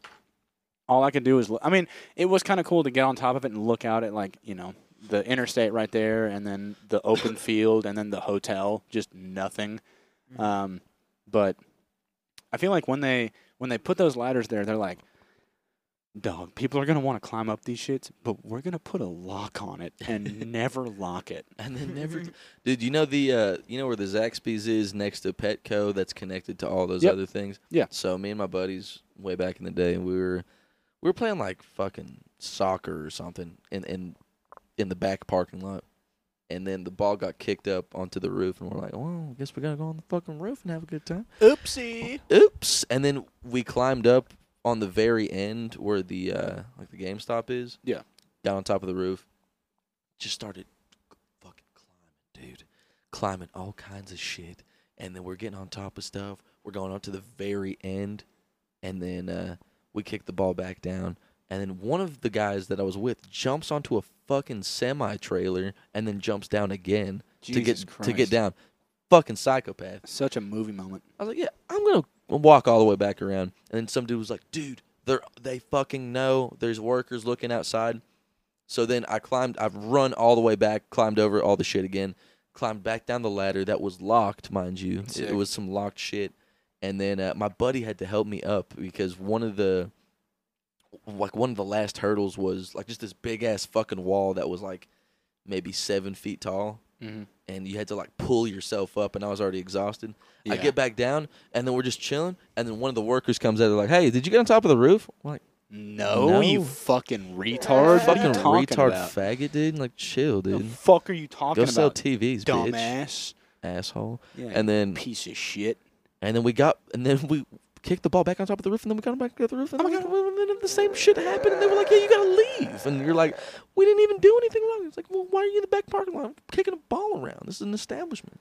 Speaker 1: All I could do was, lo- I mean, it was kind of cool to get on top of it and look out at like you know the interstate right there, and then the open field, and then the hotel, just nothing.
Speaker 2: Mm-hmm.
Speaker 1: Um, but I feel like when they when they put those ladders there, they're like, dog, people are gonna want to climb up these shits, but we're gonna put a lock on it and never lock it.
Speaker 2: And then never, dude. You know the uh, you know where the Zaxby's is next to Petco that's connected to all those
Speaker 1: Yep.
Speaker 2: other things.
Speaker 1: Yeah.
Speaker 2: So me and my buddies way back in the day, we were we were playing like fucking soccer or something in in in the back parking lot, and then the ball got kicked up onto the roof, and we're like, "Well, I guess we gotta go on the fucking roof and have a good time."
Speaker 6: Oopsie.
Speaker 2: Oops! And then we climbed up on the very end where the uh like the GameStop is.
Speaker 1: Yeah.
Speaker 2: Got on top of the roof, just started fucking climbing, dude. Climbing all kinds of shit, and then we're getting on top of stuff. We're going up to the very end, and then uh we kick the ball back down. And then one of the guys that I was with jumps onto a fucking semi trailer and then jumps down again to
Speaker 1: Oh, Jesus
Speaker 2: get to get
Speaker 1: Christ.
Speaker 2: down. Fucking psychopath.
Speaker 1: Such a movie moment.
Speaker 2: I was like, yeah, I'm gonna walk all the way back around. And then some dude was like, dude, they're they fucking know there's workers looking outside. So then I climbed, I've run all the way back, climbed over all the shit again, climbed back down the ladder that was locked, mind you. It,
Speaker 1: Sick.
Speaker 2: was some locked shit. And then uh, my buddy had to help me up because one of the like one of the last hurdles was like just this big ass fucking wall that was like maybe seven feet tall
Speaker 1: Mm-hmm.
Speaker 2: and you had to like pull yourself up and I was already exhausted. I
Speaker 1: Yeah.
Speaker 2: get back down and then we're just chilling and then one of the workers comes out they're like, "Hey, did you get on top of the roof?" I'm like,
Speaker 1: No,
Speaker 2: No.
Speaker 1: you fucking retard. What are
Speaker 2: "Fucking
Speaker 1: you talking
Speaker 2: retard
Speaker 1: about?
Speaker 2: faggot, dude." Like, chill,
Speaker 1: the
Speaker 2: dude.
Speaker 1: fuck are you
Speaker 2: Go
Speaker 1: talking
Speaker 2: sell
Speaker 1: about?
Speaker 2: TVs, bitch,
Speaker 1: Dumbass.
Speaker 2: asshole.
Speaker 1: Yeah.
Speaker 2: And then
Speaker 1: piece of shit.
Speaker 2: and then we got and then we kicked the ball back on top of the roof and then we got back on the
Speaker 1: Oh
Speaker 2: roof and, then, we- and then the same shit happened and they were like, "Yeah, you got to leave." And you're like, "We didn't even do anything wrong." It's like, "Well, why are you in the back parking lot kicking a ball around? This is an establishment."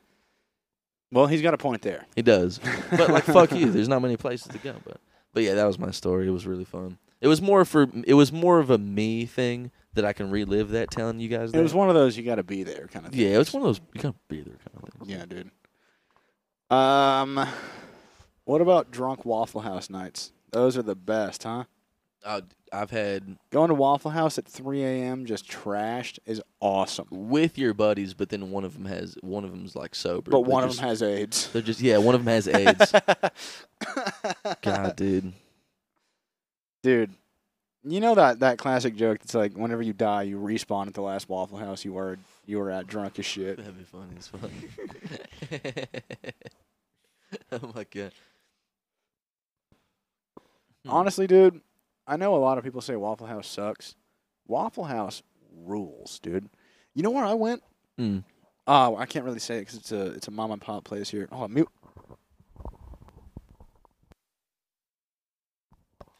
Speaker 1: Well, he's got a point there.
Speaker 2: He does. but like fuck you there's not many places to go but but yeah that was my story it was really fun it was more for it was more of a me thing that i can relive that telling you guys that.
Speaker 1: It was one of those you got to be there kind of things.
Speaker 2: yeah it was one of those you gotta be there kind of things
Speaker 1: Yeah, dude. Um, what about drunk Waffle House nights? Those are the best, huh?
Speaker 2: uh, i've had
Speaker 1: Going to Waffle House at 3 a.m. just trashed is awesome.
Speaker 2: with your buddies but then one of them has one of them's like sober
Speaker 1: But one
Speaker 2: they're
Speaker 1: of
Speaker 2: just-
Speaker 1: them has AIDS.
Speaker 2: they're just yeah one of them has aids god dude
Speaker 1: Dude, you know that that classic joke that's like whenever you die, you respawn at the last Waffle House you were you were at drunk as shit.
Speaker 2: that'd be funny as fuck oh my god Hmm.
Speaker 1: Honestly, dude, I know a lot of people say Waffle House sucks. Waffle House rules, dude. You know where I went?
Speaker 2: Mm.
Speaker 1: Oh, I can't really say it because it's a it's a mom and pop place here. Oh, mute.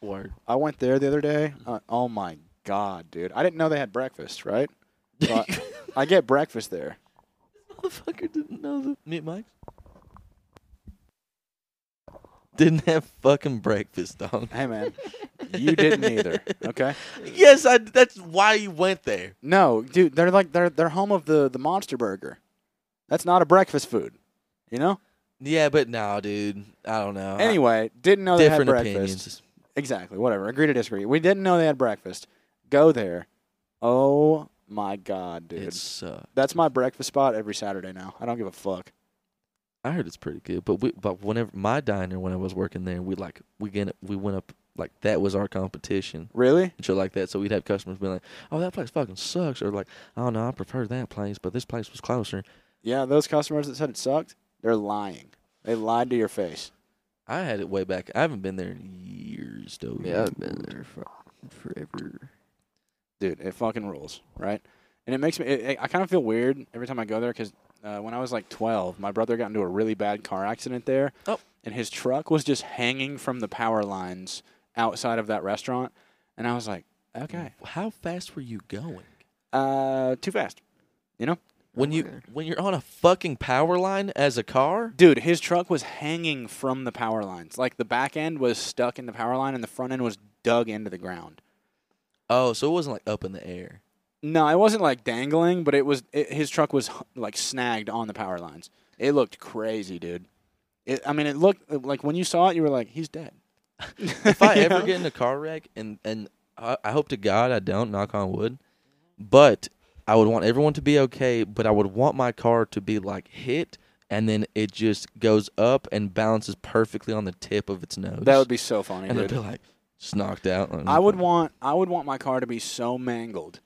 Speaker 2: word
Speaker 1: I went there the other day. Uh, oh my god, dude! I didn't know they had breakfast. Right? But- I get breakfast there.
Speaker 2: Motherfucker didn't know the mute mics. Didn't have fucking breakfast, dog.
Speaker 1: Hey man, you didn't either. Okay?
Speaker 2: Yes, I. That's why you went there.
Speaker 1: No, dude, they're like they're they're home of the the monster burger. That's not a breakfast food. You know.
Speaker 2: Yeah, but no, dude. I don't know. I-
Speaker 1: Anyway, didn't know they had
Speaker 2: Uh, different
Speaker 1: breakfast.
Speaker 2: opinions.
Speaker 1: Exactly. Whatever. Agree to disagree. We didn't know they had breakfast. Go there. Oh my god, dude.
Speaker 2: It sucked.
Speaker 1: That's my breakfast spot every Saturday now. I don't give a fuck.
Speaker 2: I heard it's pretty good, but we, but whenever my diner when I was working there, we like we get we went up like that was our competition.
Speaker 1: Really?
Speaker 2: and shit like that. So we'd have customers be like, "Oh, that place fucking sucks," or like, "Oh no, I prefer that place, but this place was closer."
Speaker 1: Yeah, those customers that said it sucked, they're lying. They lied to your face.
Speaker 2: I had it way back. I haven't been there in years, though.
Speaker 3: Yeah, I've been there for forever.
Speaker 1: Dude, it fucking rules, right? And it makes me, it, it- I kind of feel weird every time I go there because uh, when I was like 12, my brother got into a really bad car accident there.
Speaker 2: Oh.
Speaker 1: And his truck was just hanging from the power lines outside of that restaurant. And I was like, okay,
Speaker 2: How fast were you going?
Speaker 1: uh, too fast.
Speaker 2: When you
Speaker 3: Okay.
Speaker 2: when you're on a fucking power line as a car?
Speaker 1: Dude, his truck was hanging from the power lines. Like the back end was stuck in the power line and the front end was dug into the ground.
Speaker 2: Oh, so it wasn't like up in the air.
Speaker 1: No, it wasn't like dangling, but it was it, his truck was like snagged on the power lines. It looked crazy, dude. It, I mean, it looked uh, like when you saw it, you were like, "He's dead."
Speaker 2: If I ever get in a car wreck and and I, I hope to God I don't knock on wood, but I would want everyone to be okay, but I would want my car to be like hit and then it just goes up and balances perfectly on the tip of its nose.
Speaker 1: that would be so funny,
Speaker 2: and I'd be
Speaker 1: dude.
Speaker 2: like just knocked out.
Speaker 1: I would want I would want my car to be so mangled,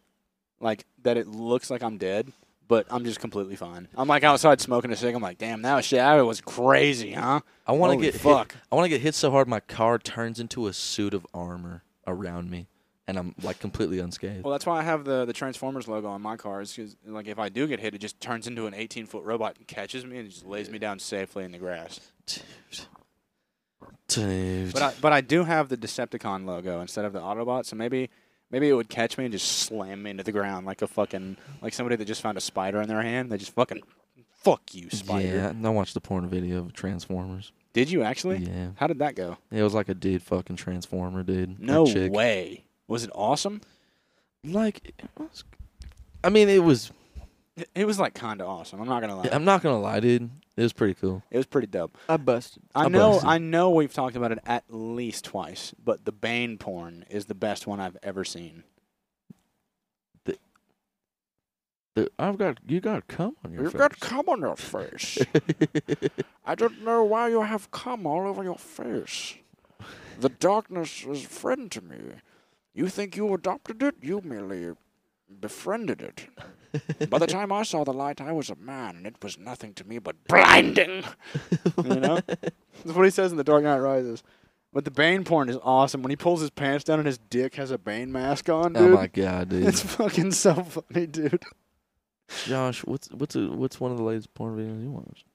Speaker 1: like that it looks like I'm dead, but I'm just completely fine. I'm like outside smoking a cig. I'm like, "Damn, that was shit. That was crazy, huh?"
Speaker 2: I want to
Speaker 1: Holy
Speaker 2: get hit-
Speaker 1: fuck.
Speaker 2: I want to get hit so hard my car turns into a suit of armor around me. and I'm like completely unscathed.
Speaker 1: Well, that's why I have the, the Transformers logo on my car. Is 'cause, like if I do get hit, it just turns into an 18 foot robot and catches me and just lays me down safely in the grass.
Speaker 2: Dude. Dude.
Speaker 1: But I, but I do have the Decepticon logo instead of the Autobot, so maybe maybe it would catch me and just slam me into the ground like a fucking like somebody that just found a spider in their hand. They just fucking fuck you, spider.
Speaker 2: Yeah, and I watched the porn video of Transformers.
Speaker 1: Did you actually?
Speaker 2: Yeah.
Speaker 1: How did that go?
Speaker 2: It was like a dude fucking Transformer dude.
Speaker 1: No
Speaker 2: a chick.
Speaker 1: way. Was it awesome?
Speaker 2: Like, it was, I mean, it was.
Speaker 1: It- It was like kind of awesome. I'm not gonna lie.
Speaker 2: I'm not gonna lie, dude. It was pretty cool.
Speaker 1: It was pretty dope.
Speaker 3: I busted.
Speaker 1: I
Speaker 2: I
Speaker 1: know.
Speaker 2: busted.
Speaker 1: I know we've talked about it at least twice, but the Bane porn is the best one I've ever seen.
Speaker 2: The- I've got you got cum on your face.
Speaker 1: cum on your face. I don't know why you have cum all over your face. The darkness is a friend to me. You think you adopted it? You merely befriended it. By the time I saw the light, I was a man, and it was nothing to me but blinding. you know? That's what he says in The Dark Knight Rises. But the Bane porn is awesome. When he pulls his pants down and his dick has a Bane mask on, dude.
Speaker 2: oh my god, dude.
Speaker 1: It's fucking so funny, dude.
Speaker 2: Josh, what's what's a, what's one of the latest porn videos you watched?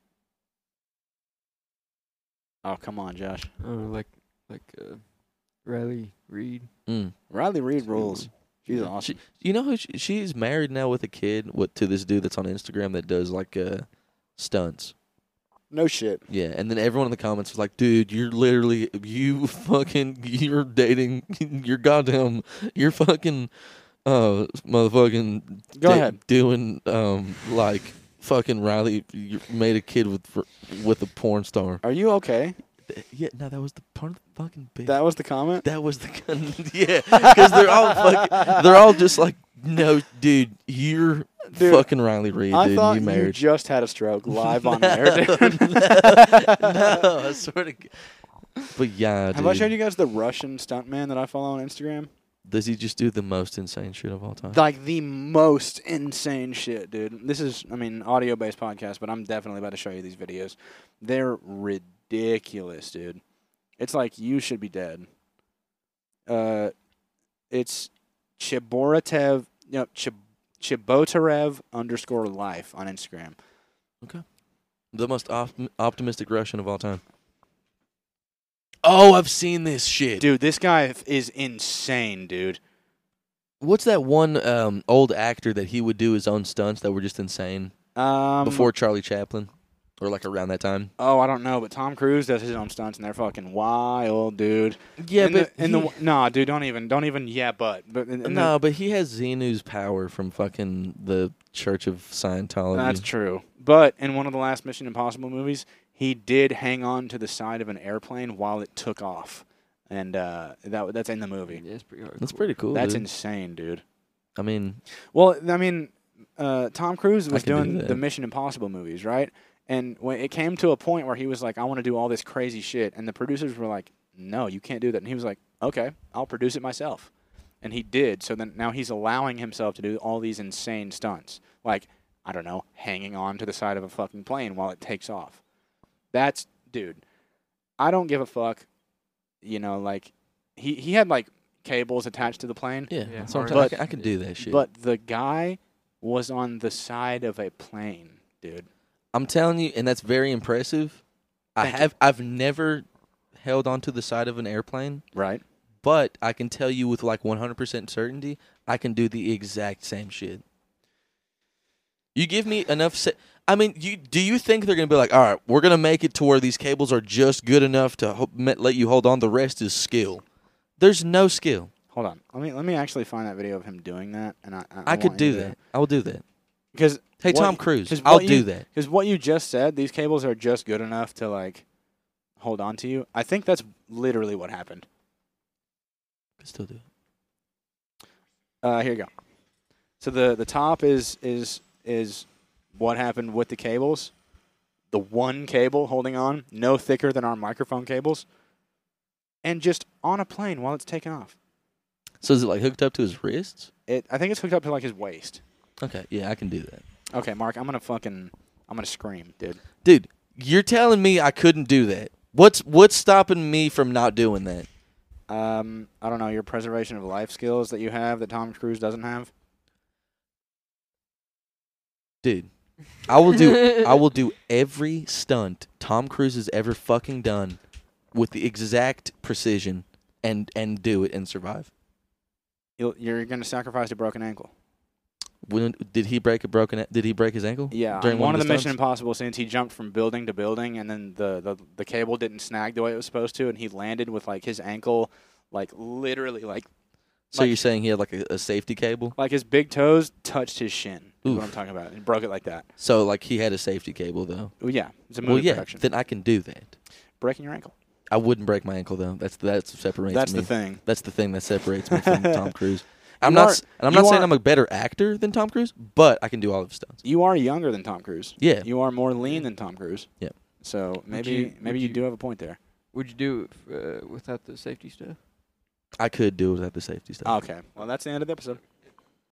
Speaker 1: Oh, come on, Josh.
Speaker 3: Oh, like like uh, Riley Reed.
Speaker 2: Mm.
Speaker 1: Riley Reed rules. She's
Speaker 2: Yeah,
Speaker 1: awesome.
Speaker 2: You know who she, she's married now with a kid with to this dude that's on Instagram that does like uh stunts.
Speaker 1: No shit.
Speaker 2: Yeah, and then everyone in the comments was like, "Dude, you're literally you fucking you're dating you're goddamn you're fucking uh motherfucking
Speaker 1: Go
Speaker 2: da-
Speaker 1: ahead.
Speaker 2: doing um like fucking Riley you made a kid with with a porn star."
Speaker 1: Are you okay?
Speaker 2: Yeah, no, that was the part of the fucking bit.
Speaker 1: That was the comment.
Speaker 2: That was the gun. yeah, because they're all fucking. They're all just like, no, dude, you're
Speaker 1: Dude,
Speaker 2: fucking Riley Reed,
Speaker 1: I
Speaker 2: dude.
Speaker 1: thought
Speaker 2: you
Speaker 1: you,
Speaker 2: married.
Speaker 1: just had a stroke live on air. Dude.
Speaker 2: no, I swear to. God. But yeah, dude.
Speaker 1: Have I showed you guys the Russian stuntman that I follow on Instagram?
Speaker 2: Does he just do the most insane shit of all time?
Speaker 1: Like the most insane shit, dude. This is, I mean, audio based podcast, but I'm definitely about to show you these videos. They're ridiculous, dude. It's like you should be dead. Uh, it's Chiboratev, no, Chib- Chibotarev underscore life on Instagram.
Speaker 2: the most op- optimistic Russian of all time. Oh, I've seen this shit.
Speaker 1: Dude, this guy f- is insane, dude.
Speaker 2: What's that one um, old actor that he would do his own stunts that were just insane
Speaker 1: Um,
Speaker 2: before Charlie Chaplin, or like around that time?
Speaker 1: oh, I don't know, but Tom Cruise does his own stunts, and they're fucking wild, dude.
Speaker 2: Yeah,
Speaker 1: in the, in the w- nah, dude, don't even, don't even, yeah, but, but in, in
Speaker 2: no, but he has Xenu's power from fucking the Church of Scientology.
Speaker 1: the, that's true. But in one of the last Mission Impossible movies, he did hang on to the side of an airplane while it took off, and uh, that that's in the movie.
Speaker 3: Yeah, it's pretty hard.
Speaker 2: That's pretty cool.
Speaker 1: That's
Speaker 2: dude.
Speaker 1: insane, dude.
Speaker 2: I mean,
Speaker 1: Well, I mean, uh, Tom Cruise was
Speaker 2: can do
Speaker 1: doing
Speaker 2: that.
Speaker 1: the Mission Impossible movies, right? And when it came to a point where he was like, "I want to do all this crazy shit," and the producers were like, "No, you can't do that." And he was like, "Okay, I'll produce it myself," and he did. So then now he's allowing himself to do all these insane stunts, like I don't know, hanging on to the side of a fucking plane while it takes off. That's dude. I don't give a fuck. You know, like he he had like cables attached to the plane.
Speaker 2: yeah,
Speaker 3: Yeah,
Speaker 2: that's what I'm
Speaker 3: hard.
Speaker 2: talking- I
Speaker 3: But-
Speaker 2: can- I can do that shit.
Speaker 1: But the guy was on the side of a plane, dude.
Speaker 2: I'm telling you, and that's very impressive. I
Speaker 1: Thank you.
Speaker 2: have I've never held onto the side of an airplane,
Speaker 1: Right?
Speaker 2: but I can tell you with like 100% certainty, I can do the exact same shit. You give me enough. Se- I mean, you do you think they're gonna be like, all right, we're gonna make it to where these cables are just good enough to ho- me- let you hold on. The rest is skill. There's no skill.
Speaker 1: Hold on. Let me let me actually find that video of him doing that, and I I,
Speaker 2: I could do that. I will do that.
Speaker 1: because
Speaker 2: Hey,
Speaker 1: What-
Speaker 2: Tom Cruise,
Speaker 1: because
Speaker 2: I'll
Speaker 1: what you-
Speaker 2: do that.
Speaker 1: because what you just said, these cables are just good enough to like hold on to you. I think that's literally what happened.
Speaker 2: Could still do it.
Speaker 1: Uh, here you go. So the the top is is is what happened with the cables. The one cable holding on, no thicker than our microphone cables, and just on a plane while it's taking off.
Speaker 2: So is it like hooked up to his wrists?
Speaker 1: It, I think it's hooked up to like his waist.
Speaker 2: Okay, yeah, I can do that,
Speaker 1: Okay, Mark, I'm gonna fucking, I'm gonna scream, dude.
Speaker 2: dude. You're telling me I couldn't do that? What's what's stopping me from not doing that?
Speaker 1: um, I don't know, your preservation of life skills that you have that Tom Cruise doesn't have?
Speaker 2: Dude, I will
Speaker 3: Uh,
Speaker 2: do I will do every stunt Tom Cruise has ever fucking done with the exact precision and and do it and survive.
Speaker 1: You'll, you're going to sacrifice a broken ankle.
Speaker 2: When, did he break a broken did he break his ankle?
Speaker 1: Yeah,
Speaker 2: During
Speaker 1: on one,
Speaker 2: one
Speaker 1: of
Speaker 2: of
Speaker 1: the
Speaker 2: the
Speaker 1: Mission
Speaker 2: stunts?
Speaker 1: Impossible scenes, he jumped from building to building, and then the, the the cable didn't snag the way it was supposed to, and he landed with like his ankle, like literally, like
Speaker 2: So
Speaker 1: Like-
Speaker 2: you're saying he had like a, a safety cable?
Speaker 1: like his big toes touched his shin. Is
Speaker 2: Oof.
Speaker 1: what I'm talking about. And broke it like that.
Speaker 2: So like he had a safety cable though.
Speaker 1: Well, yeah, it's a movie
Speaker 2: Well, yeah,
Speaker 1: production.
Speaker 2: then I can do that.
Speaker 1: Breaking your ankle.
Speaker 2: I wouldn't break my ankle though. That's that's what separates
Speaker 1: That's
Speaker 2: me.
Speaker 1: the thing.
Speaker 2: That's the thing that separates me from Tom Cruise. I'm
Speaker 1: You
Speaker 2: not
Speaker 1: are-
Speaker 2: s- and I'm
Speaker 1: you
Speaker 2: not saying
Speaker 1: are-
Speaker 2: I'm a better actor than Tom Cruise, but I can do all of his stunts.
Speaker 1: You are younger than Tom Cruise.
Speaker 2: Yeah.
Speaker 1: You are more lean than Tom Cruise.
Speaker 2: Yep.
Speaker 1: So maybe
Speaker 3: you-
Speaker 1: maybe
Speaker 3: would
Speaker 1: you,
Speaker 3: you-
Speaker 1: do have a point there.
Speaker 3: Would you do it f- uh, without the safety stuff?
Speaker 2: I could do it without the safety stuff.
Speaker 1: Okay. Well, that's the end of the episode.